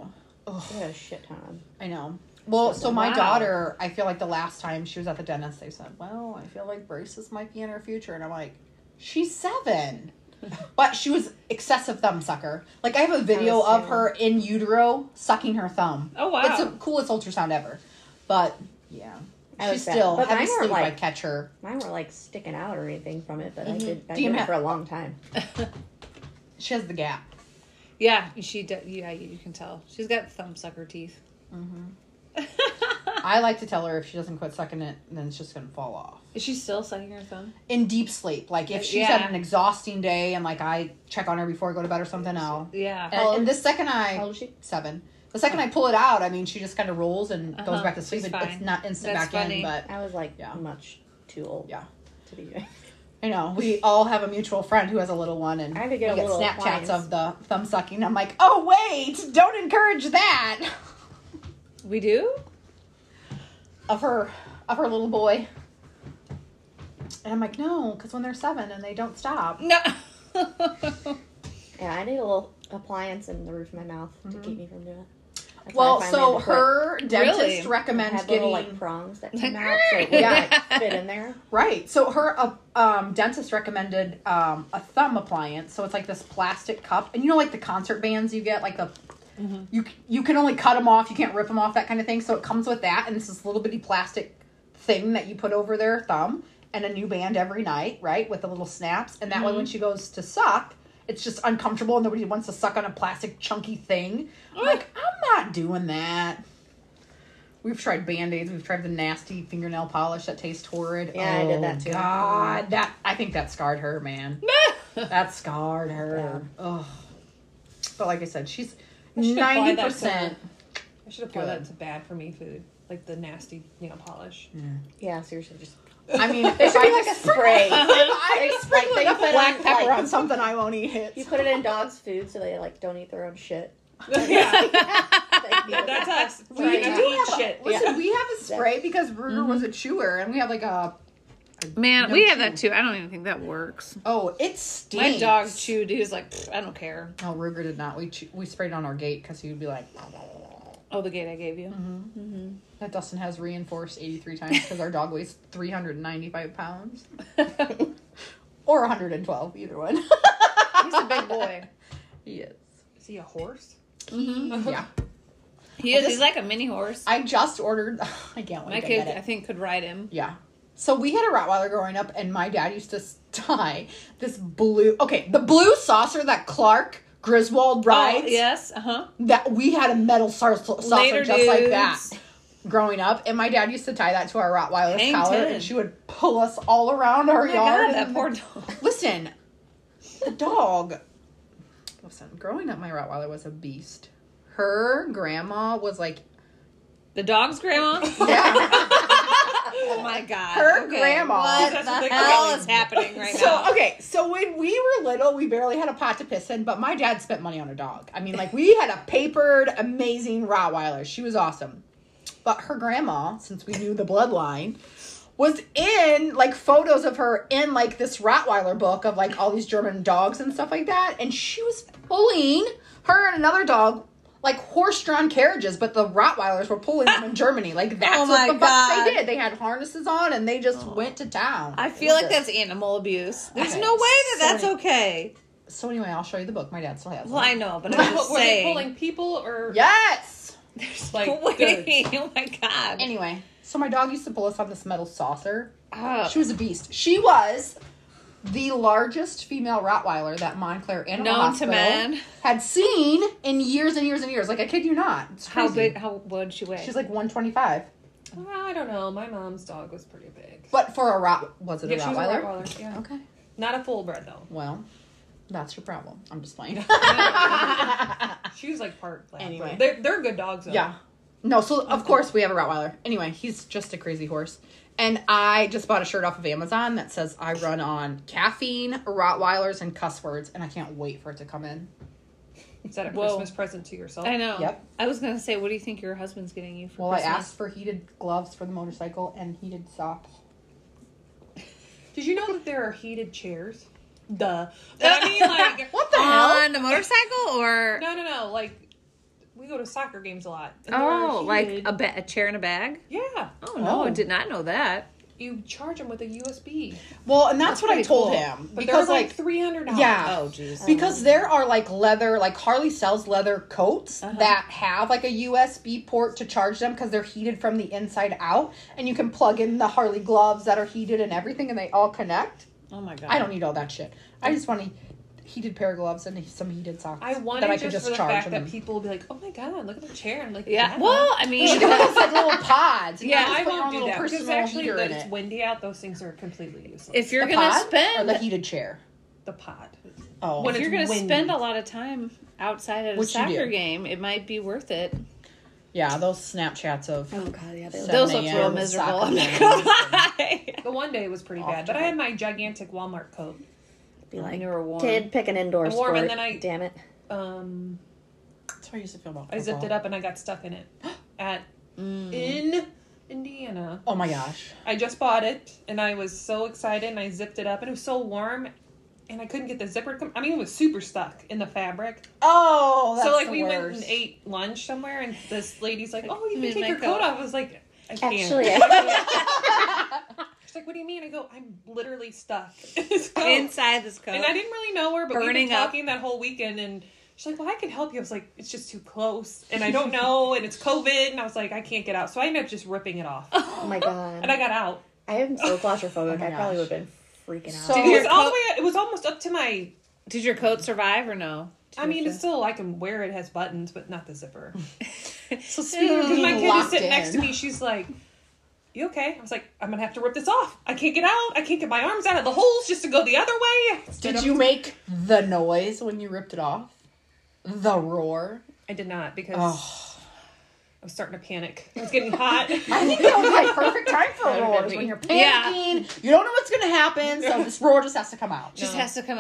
S6: I got a shit ton. of 'em.
S5: I know. Well, so my
S4: Wow.
S5: daughter, I feel like the last time she was at the dentist, they said, "Well, I feel like braces might be in her future," and I'm like, "She's seven. but she was excessive thumb sucker. Like I have a video
S6: was
S5: of her in utero sucking her thumb.
S4: Oh, wow.
S5: it's the coolest ultrasound ever. But yeah,
S6: I
S5: she's
S6: was bad.
S5: still
S6: But
S5: having
S6: mine were,
S5: sleep. I
S6: like-
S5: catch her.
S6: Mine were like sticking out or anything from it, but I
S5: Mhm.
S6: did. I
S5: Do you
S6: did
S5: ma-
S6: it for a long time.
S5: She has the gap.
S1: Yeah, she. De- yeah, you you can tell she's got thumb sucker teeth.
S5: I like to tell her if she doesn't quit sucking it, then it's just gonna fall off.
S1: Is she still sucking her thumb?
S5: In deep sleep, like if she's
S1: Yeah.
S5: had an exhausting day and like I check on her before I go to bed or something, I'll
S1: Yeah.
S5: And, and the second I
S6: How old is she?
S5: seven, the second I pull it out, I mean, she just kind of rolls and
S1: Uh-huh,
S5: goes back to sleep.
S1: she's
S5: It, it's
S1: fine.
S5: not instant
S1: That's
S5: back
S1: funny.
S5: in, but
S6: I was like
S5: Yeah.
S6: much too old.
S5: Yeah.
S6: To be doing.
S5: I know we all have a mutual friend who has a little one, and
S6: I had to get
S5: we
S6: a little
S5: Snapchats
S6: appliance.
S5: of the thumb sucking. I'm like, oh wait, don't encourage that
S1: We do?
S5: of her of her little boy. And I'm like, no, because when they're seven and they don't stop,
S1: No.
S6: Yeah, I need a little appliance in the roof of my mouth to keep me from doing it. That's why I
S5: Mm-hmm. well,
S6: finally
S5: so
S6: had to quit.
S5: her dentist
S1: Really?
S5: recommends
S6: had
S5: getting
S6: little like prongs that come out, so it would
S5: Yeah.
S6: like, fit in there.
S5: Right. So her uh, um, dentist recommended um, a thumb appliance. So it's like this plastic cup, and you know, like the concert bands you get, like the you c- you can only cut them off, you can't rip them off, that kind of thing. So it comes with that, and it's this little bitty plastic thing that you put over their thumb, and a new band every night, right, with the little snaps, and that way
S6: Mm-hmm.
S5: when she goes to suck. It's just uncomfortable, and nobody wants to suck on a plastic chunky thing. I'm like, I'm not doing that. We've tried band aids. We've tried the nasty fingernail polish that tastes horrid. Oh,
S6: Yeah, I did that too.
S5: God, that I think that scarred her, man. that scarred her. Oh, but like I said, she's
S4: I should apply
S5: ninety
S4: that to
S5: percent.
S4: I should apply
S5: Good.
S4: that to bad for me food, like the nasty nail polish.
S6: Yeah, seriously, just
S5: I mean,
S6: there
S5: if
S6: should
S5: I
S6: be like a
S5: just-
S6: spray.
S5: if I just
S6: like,
S5: sprinkle
S6: they
S5: enough
S6: put
S5: black
S6: on,
S5: pepper
S6: like-
S5: on something, I won't eat it.
S6: You put it in dogs' food so they like don't eat their own shit.
S4: yeah,
S6: Like, you know,
S4: that's us.
S5: We
S4: Trying
S5: do
S4: not to eat
S5: have
S4: shit.
S5: a, listen, we have a spray because Ruger was a chewer, and we have like a
S1: Man,
S5: No
S1: we have
S5: chew.
S1: that too. I don't even think that works.
S5: oh, it stinks.
S1: My dog chewed. He was like, "Pfft, I don't care.
S5: No, Ruger did not. We che- we sprayed on our gate because he would be like.
S1: Oh, the gate I gave you.
S5: Mm-hmm. That Dustin has reinforced 83 times because our dog weighs 395 pounds. or 112, either one.
S1: He's a big boy.
S5: yes.
S4: Is he a horse?
S5: Yeah.
S1: He is. He's like a mini horse.
S5: I just ordered. I can't wait
S1: My
S5: to
S1: kid,
S5: get
S1: I
S5: it.
S1: think, could ride him.
S5: Yeah. So we had a Rottweiler growing up, and my dad used to s- tie this blue. Okay, the blue saucer that Clark Griswold rides.
S1: Oh, yes. Uh huh.
S5: That we had a metal sar- saucer
S1: Later,
S5: just like that.
S1: dudes.
S5: Growing up, and my dad used to tie that to our Rottweiler's
S1: Hang
S5: collar,
S1: ten.
S5: and she would pull us all around our
S1: Oh my
S5: yard.
S1: god, that
S5: and-
S1: poor dog.
S5: Listen, the dog. Listen, growing up, my Rottweiler was a beast. Her grandma was like,
S1: The dog's grandma.
S5: yeah.
S1: Oh my god.
S5: Her
S1: Okay.
S5: grandma.
S1: What
S4: That's
S1: the
S4: what they
S1: hell
S4: call
S1: is happening right
S5: so
S1: now?
S5: okay, so when we were little, we barely had a pot to piss in, but my dad spent money on a dog. I mean, like we had a papered, amazing Rottweiler. She was awesome. But her grandma, since we knew the bloodline, was in like photos of her in like this Rottweiler book of like all these German dogs and stuff like that. And she was pulling her and another dog like horse-drawn carriages, but the Rottweilers were pulling them in Germany. Like that's
S1: Oh my
S5: what the fuck
S1: God. Oh.
S5: they did. They had harnesses on and they just went to town.
S1: I feel like that's animal abuse. There's
S5: Okay.
S1: no way that that's
S5: Sorry.
S1: okay.
S5: So anyway, I'll show you the book. My dad still has
S1: Well,
S5: it.
S1: I know, but I'm just
S4: What, were they
S1: saying.
S4: pulling people or
S5: Yes.
S4: like goods?
S1: Wait, oh my god.
S5: Anyway, so my dog used to pull us on this metal saucer.
S1: Oh.
S5: She was a beast. She was the largest female Rottweiler that Montclair Animal
S1: Known to
S5: Hospital
S1: man.
S5: had seen in years and years and years. Like I kid you not. It's
S1: How
S5: crazy.
S1: big? How would she weigh?
S5: She's like 125.
S4: Well, I don't know. My mom's dog was pretty big.
S5: But for a Rot, was it
S4: yeah,
S5: a
S4: she was a
S5: Rottweiler?
S4: Rottweiler. Yeah.
S5: Okay.
S4: Not a full bred though.
S5: Well, that's your problem. I'm just playing.
S4: She was like part. Lab.
S5: Anyway.
S4: they're they're good dogs. Though.
S5: Yeah. No, so of course we have a Rottweiler. Anyway, he's just a crazy horse. And I just bought a shirt off of Amazon that says I run on caffeine, Rottweilers, and cuss words, and I can't wait for it to come in.
S4: Is that a
S1: Whoa.
S4: Christmas present to yourself?
S1: I know.
S5: Yep.
S1: I was gonna say, what do you think your husband's getting you for
S5: Well,
S1: Christmas?
S5: I asked for heated gloves for the motorcycle and heated socks.
S4: Did you know that there are heated chairs? Duh. But I mean, like, uh,
S5: What the
S1: on the motorcycle or
S4: no, no, no. Like, we go to soccer games a lot. and they're
S1: Oh, like
S4: heated.
S1: a, ba- a chair and a bag?
S4: yeah,
S1: Oh, no, I
S5: Oh.
S1: did not know that.
S4: you charge them with a USB.
S5: Well, and that's,
S1: That's
S5: what I
S1: pretty
S5: told
S1: cool.
S5: him
S4: But
S5: because
S4: they're like
S5: like
S4: three hundred dollars.
S5: Yeah.
S1: Oh, jeez.
S5: because there are like leather like harley sells leather coats
S4: Uh-huh.
S5: that have like a usb port to charge them because they're heated from the inside out and you can plug in the harley gloves that are heated and everything and they all connect
S1: Oh my god.
S5: i don't need all that shit i just want a heated pair of gloves and some heated socks
S4: I want
S5: that
S4: it
S5: i
S4: just,
S5: can just
S4: for the
S5: charge
S4: fact
S5: them
S4: that
S5: in.
S4: people will be like, "Oh my god, look at the chair!" I'm like,
S1: Yeah. Well, I mean,
S5: it's like little pods and you
S1: Yeah,
S5: just
S4: I
S5: put your
S4: won't
S5: own
S4: do
S5: little
S4: that because
S5: personal
S4: actually,
S5: heater
S4: when
S5: in
S4: it's
S5: it.
S4: windy out, those things are completely useless.
S1: if you're
S5: The
S1: gonna
S5: pod or
S1: spend,
S5: the heated chair
S4: the pod.
S5: oh
S4: When
S1: if
S4: it's
S1: you're gonna
S4: windy.
S1: spend a lot of time outside at a
S5: Which you
S1: soccer
S5: do.
S1: game, it might be worth it.
S5: yeah those snapchats of
S1: Oh god, yeah, they,
S5: 7
S1: those look
S5: a.m.
S1: real miserable.
S5: soccer
S1: I'm not
S5: games.
S1: gonna lie.
S4: The one day was pretty bad, but I had my gigantic Walmart coat.
S6: Be like,
S1: you were warm.
S6: kid, pick an indoor
S4: Warm,
S6: sport.
S4: and then I-
S6: Damn it.
S4: Um,
S5: that's how i used to feel about
S4: I zipped
S5: football.
S4: it up and I got stuck in it at in Indiana.
S5: oh my gosh
S4: I just bought it and I was so excited and I zipped it up and it was so warm and I couldn't get the zipper. Com- I mean, it was super stuck in the fabric.
S5: Oh, that's
S4: so like
S5: the
S4: we went
S5: worst.
S4: and ate lunch somewhere and this lady's like, "Oh, you
S1: "Made
S4: can take
S1: my
S4: your coat
S1: coat."
S4: off." I was like, "I can't."
S6: Actually,
S4: She's
S6: I-
S4: like, "What do you mean?" I go, "I'm literally stuck." So-
S1: Inside this coat.
S4: And I didn't really know her, but
S1: Burning
S4: we were
S1: up.
S4: talking that whole weekend, and she's like, "Well, I can help you." I was like, "It's just too close, and I don't know, and it's COVID," and I was like, "I can't get out," so I ended up just ripping it off,
S6: oh my god.
S4: and I got out.
S6: I am so claustrophobic.
S5: Oh my
S6: I probably
S5: gosh.
S6: would have been freaking out.
S5: So-
S1: Did
S4: It
S1: your
S4: was all
S1: coat,
S4: the way. It was almost up to my.
S1: did your coat survive or no? Did
S4: I
S1: you
S4: mean,
S1: have
S4: it's still I can wear it. it Has buttons, but not the zipper.
S5: So speaking of
S4: Because my
S5: being
S4: kid is
S5: locked
S4: sitting
S5: in,
S4: next to me, she's like. You okay? I was like, I'm gonna have to rip this off. I can't get out. I can't get my arms out of the holes just to go the other way.
S5: did you make the noise when you ripped it off? The roar.
S4: I did not because
S5: Oh,
S4: I was starting to panic. It was getting hot.
S5: I think that was like perfect time for
S1: would've been
S5: roars
S1: me.
S5: when you're panicking.
S1: Yeah.
S5: You don't know what's gonna happen, so this roar just has to come out.
S1: to- just
S4: No.
S1: has to come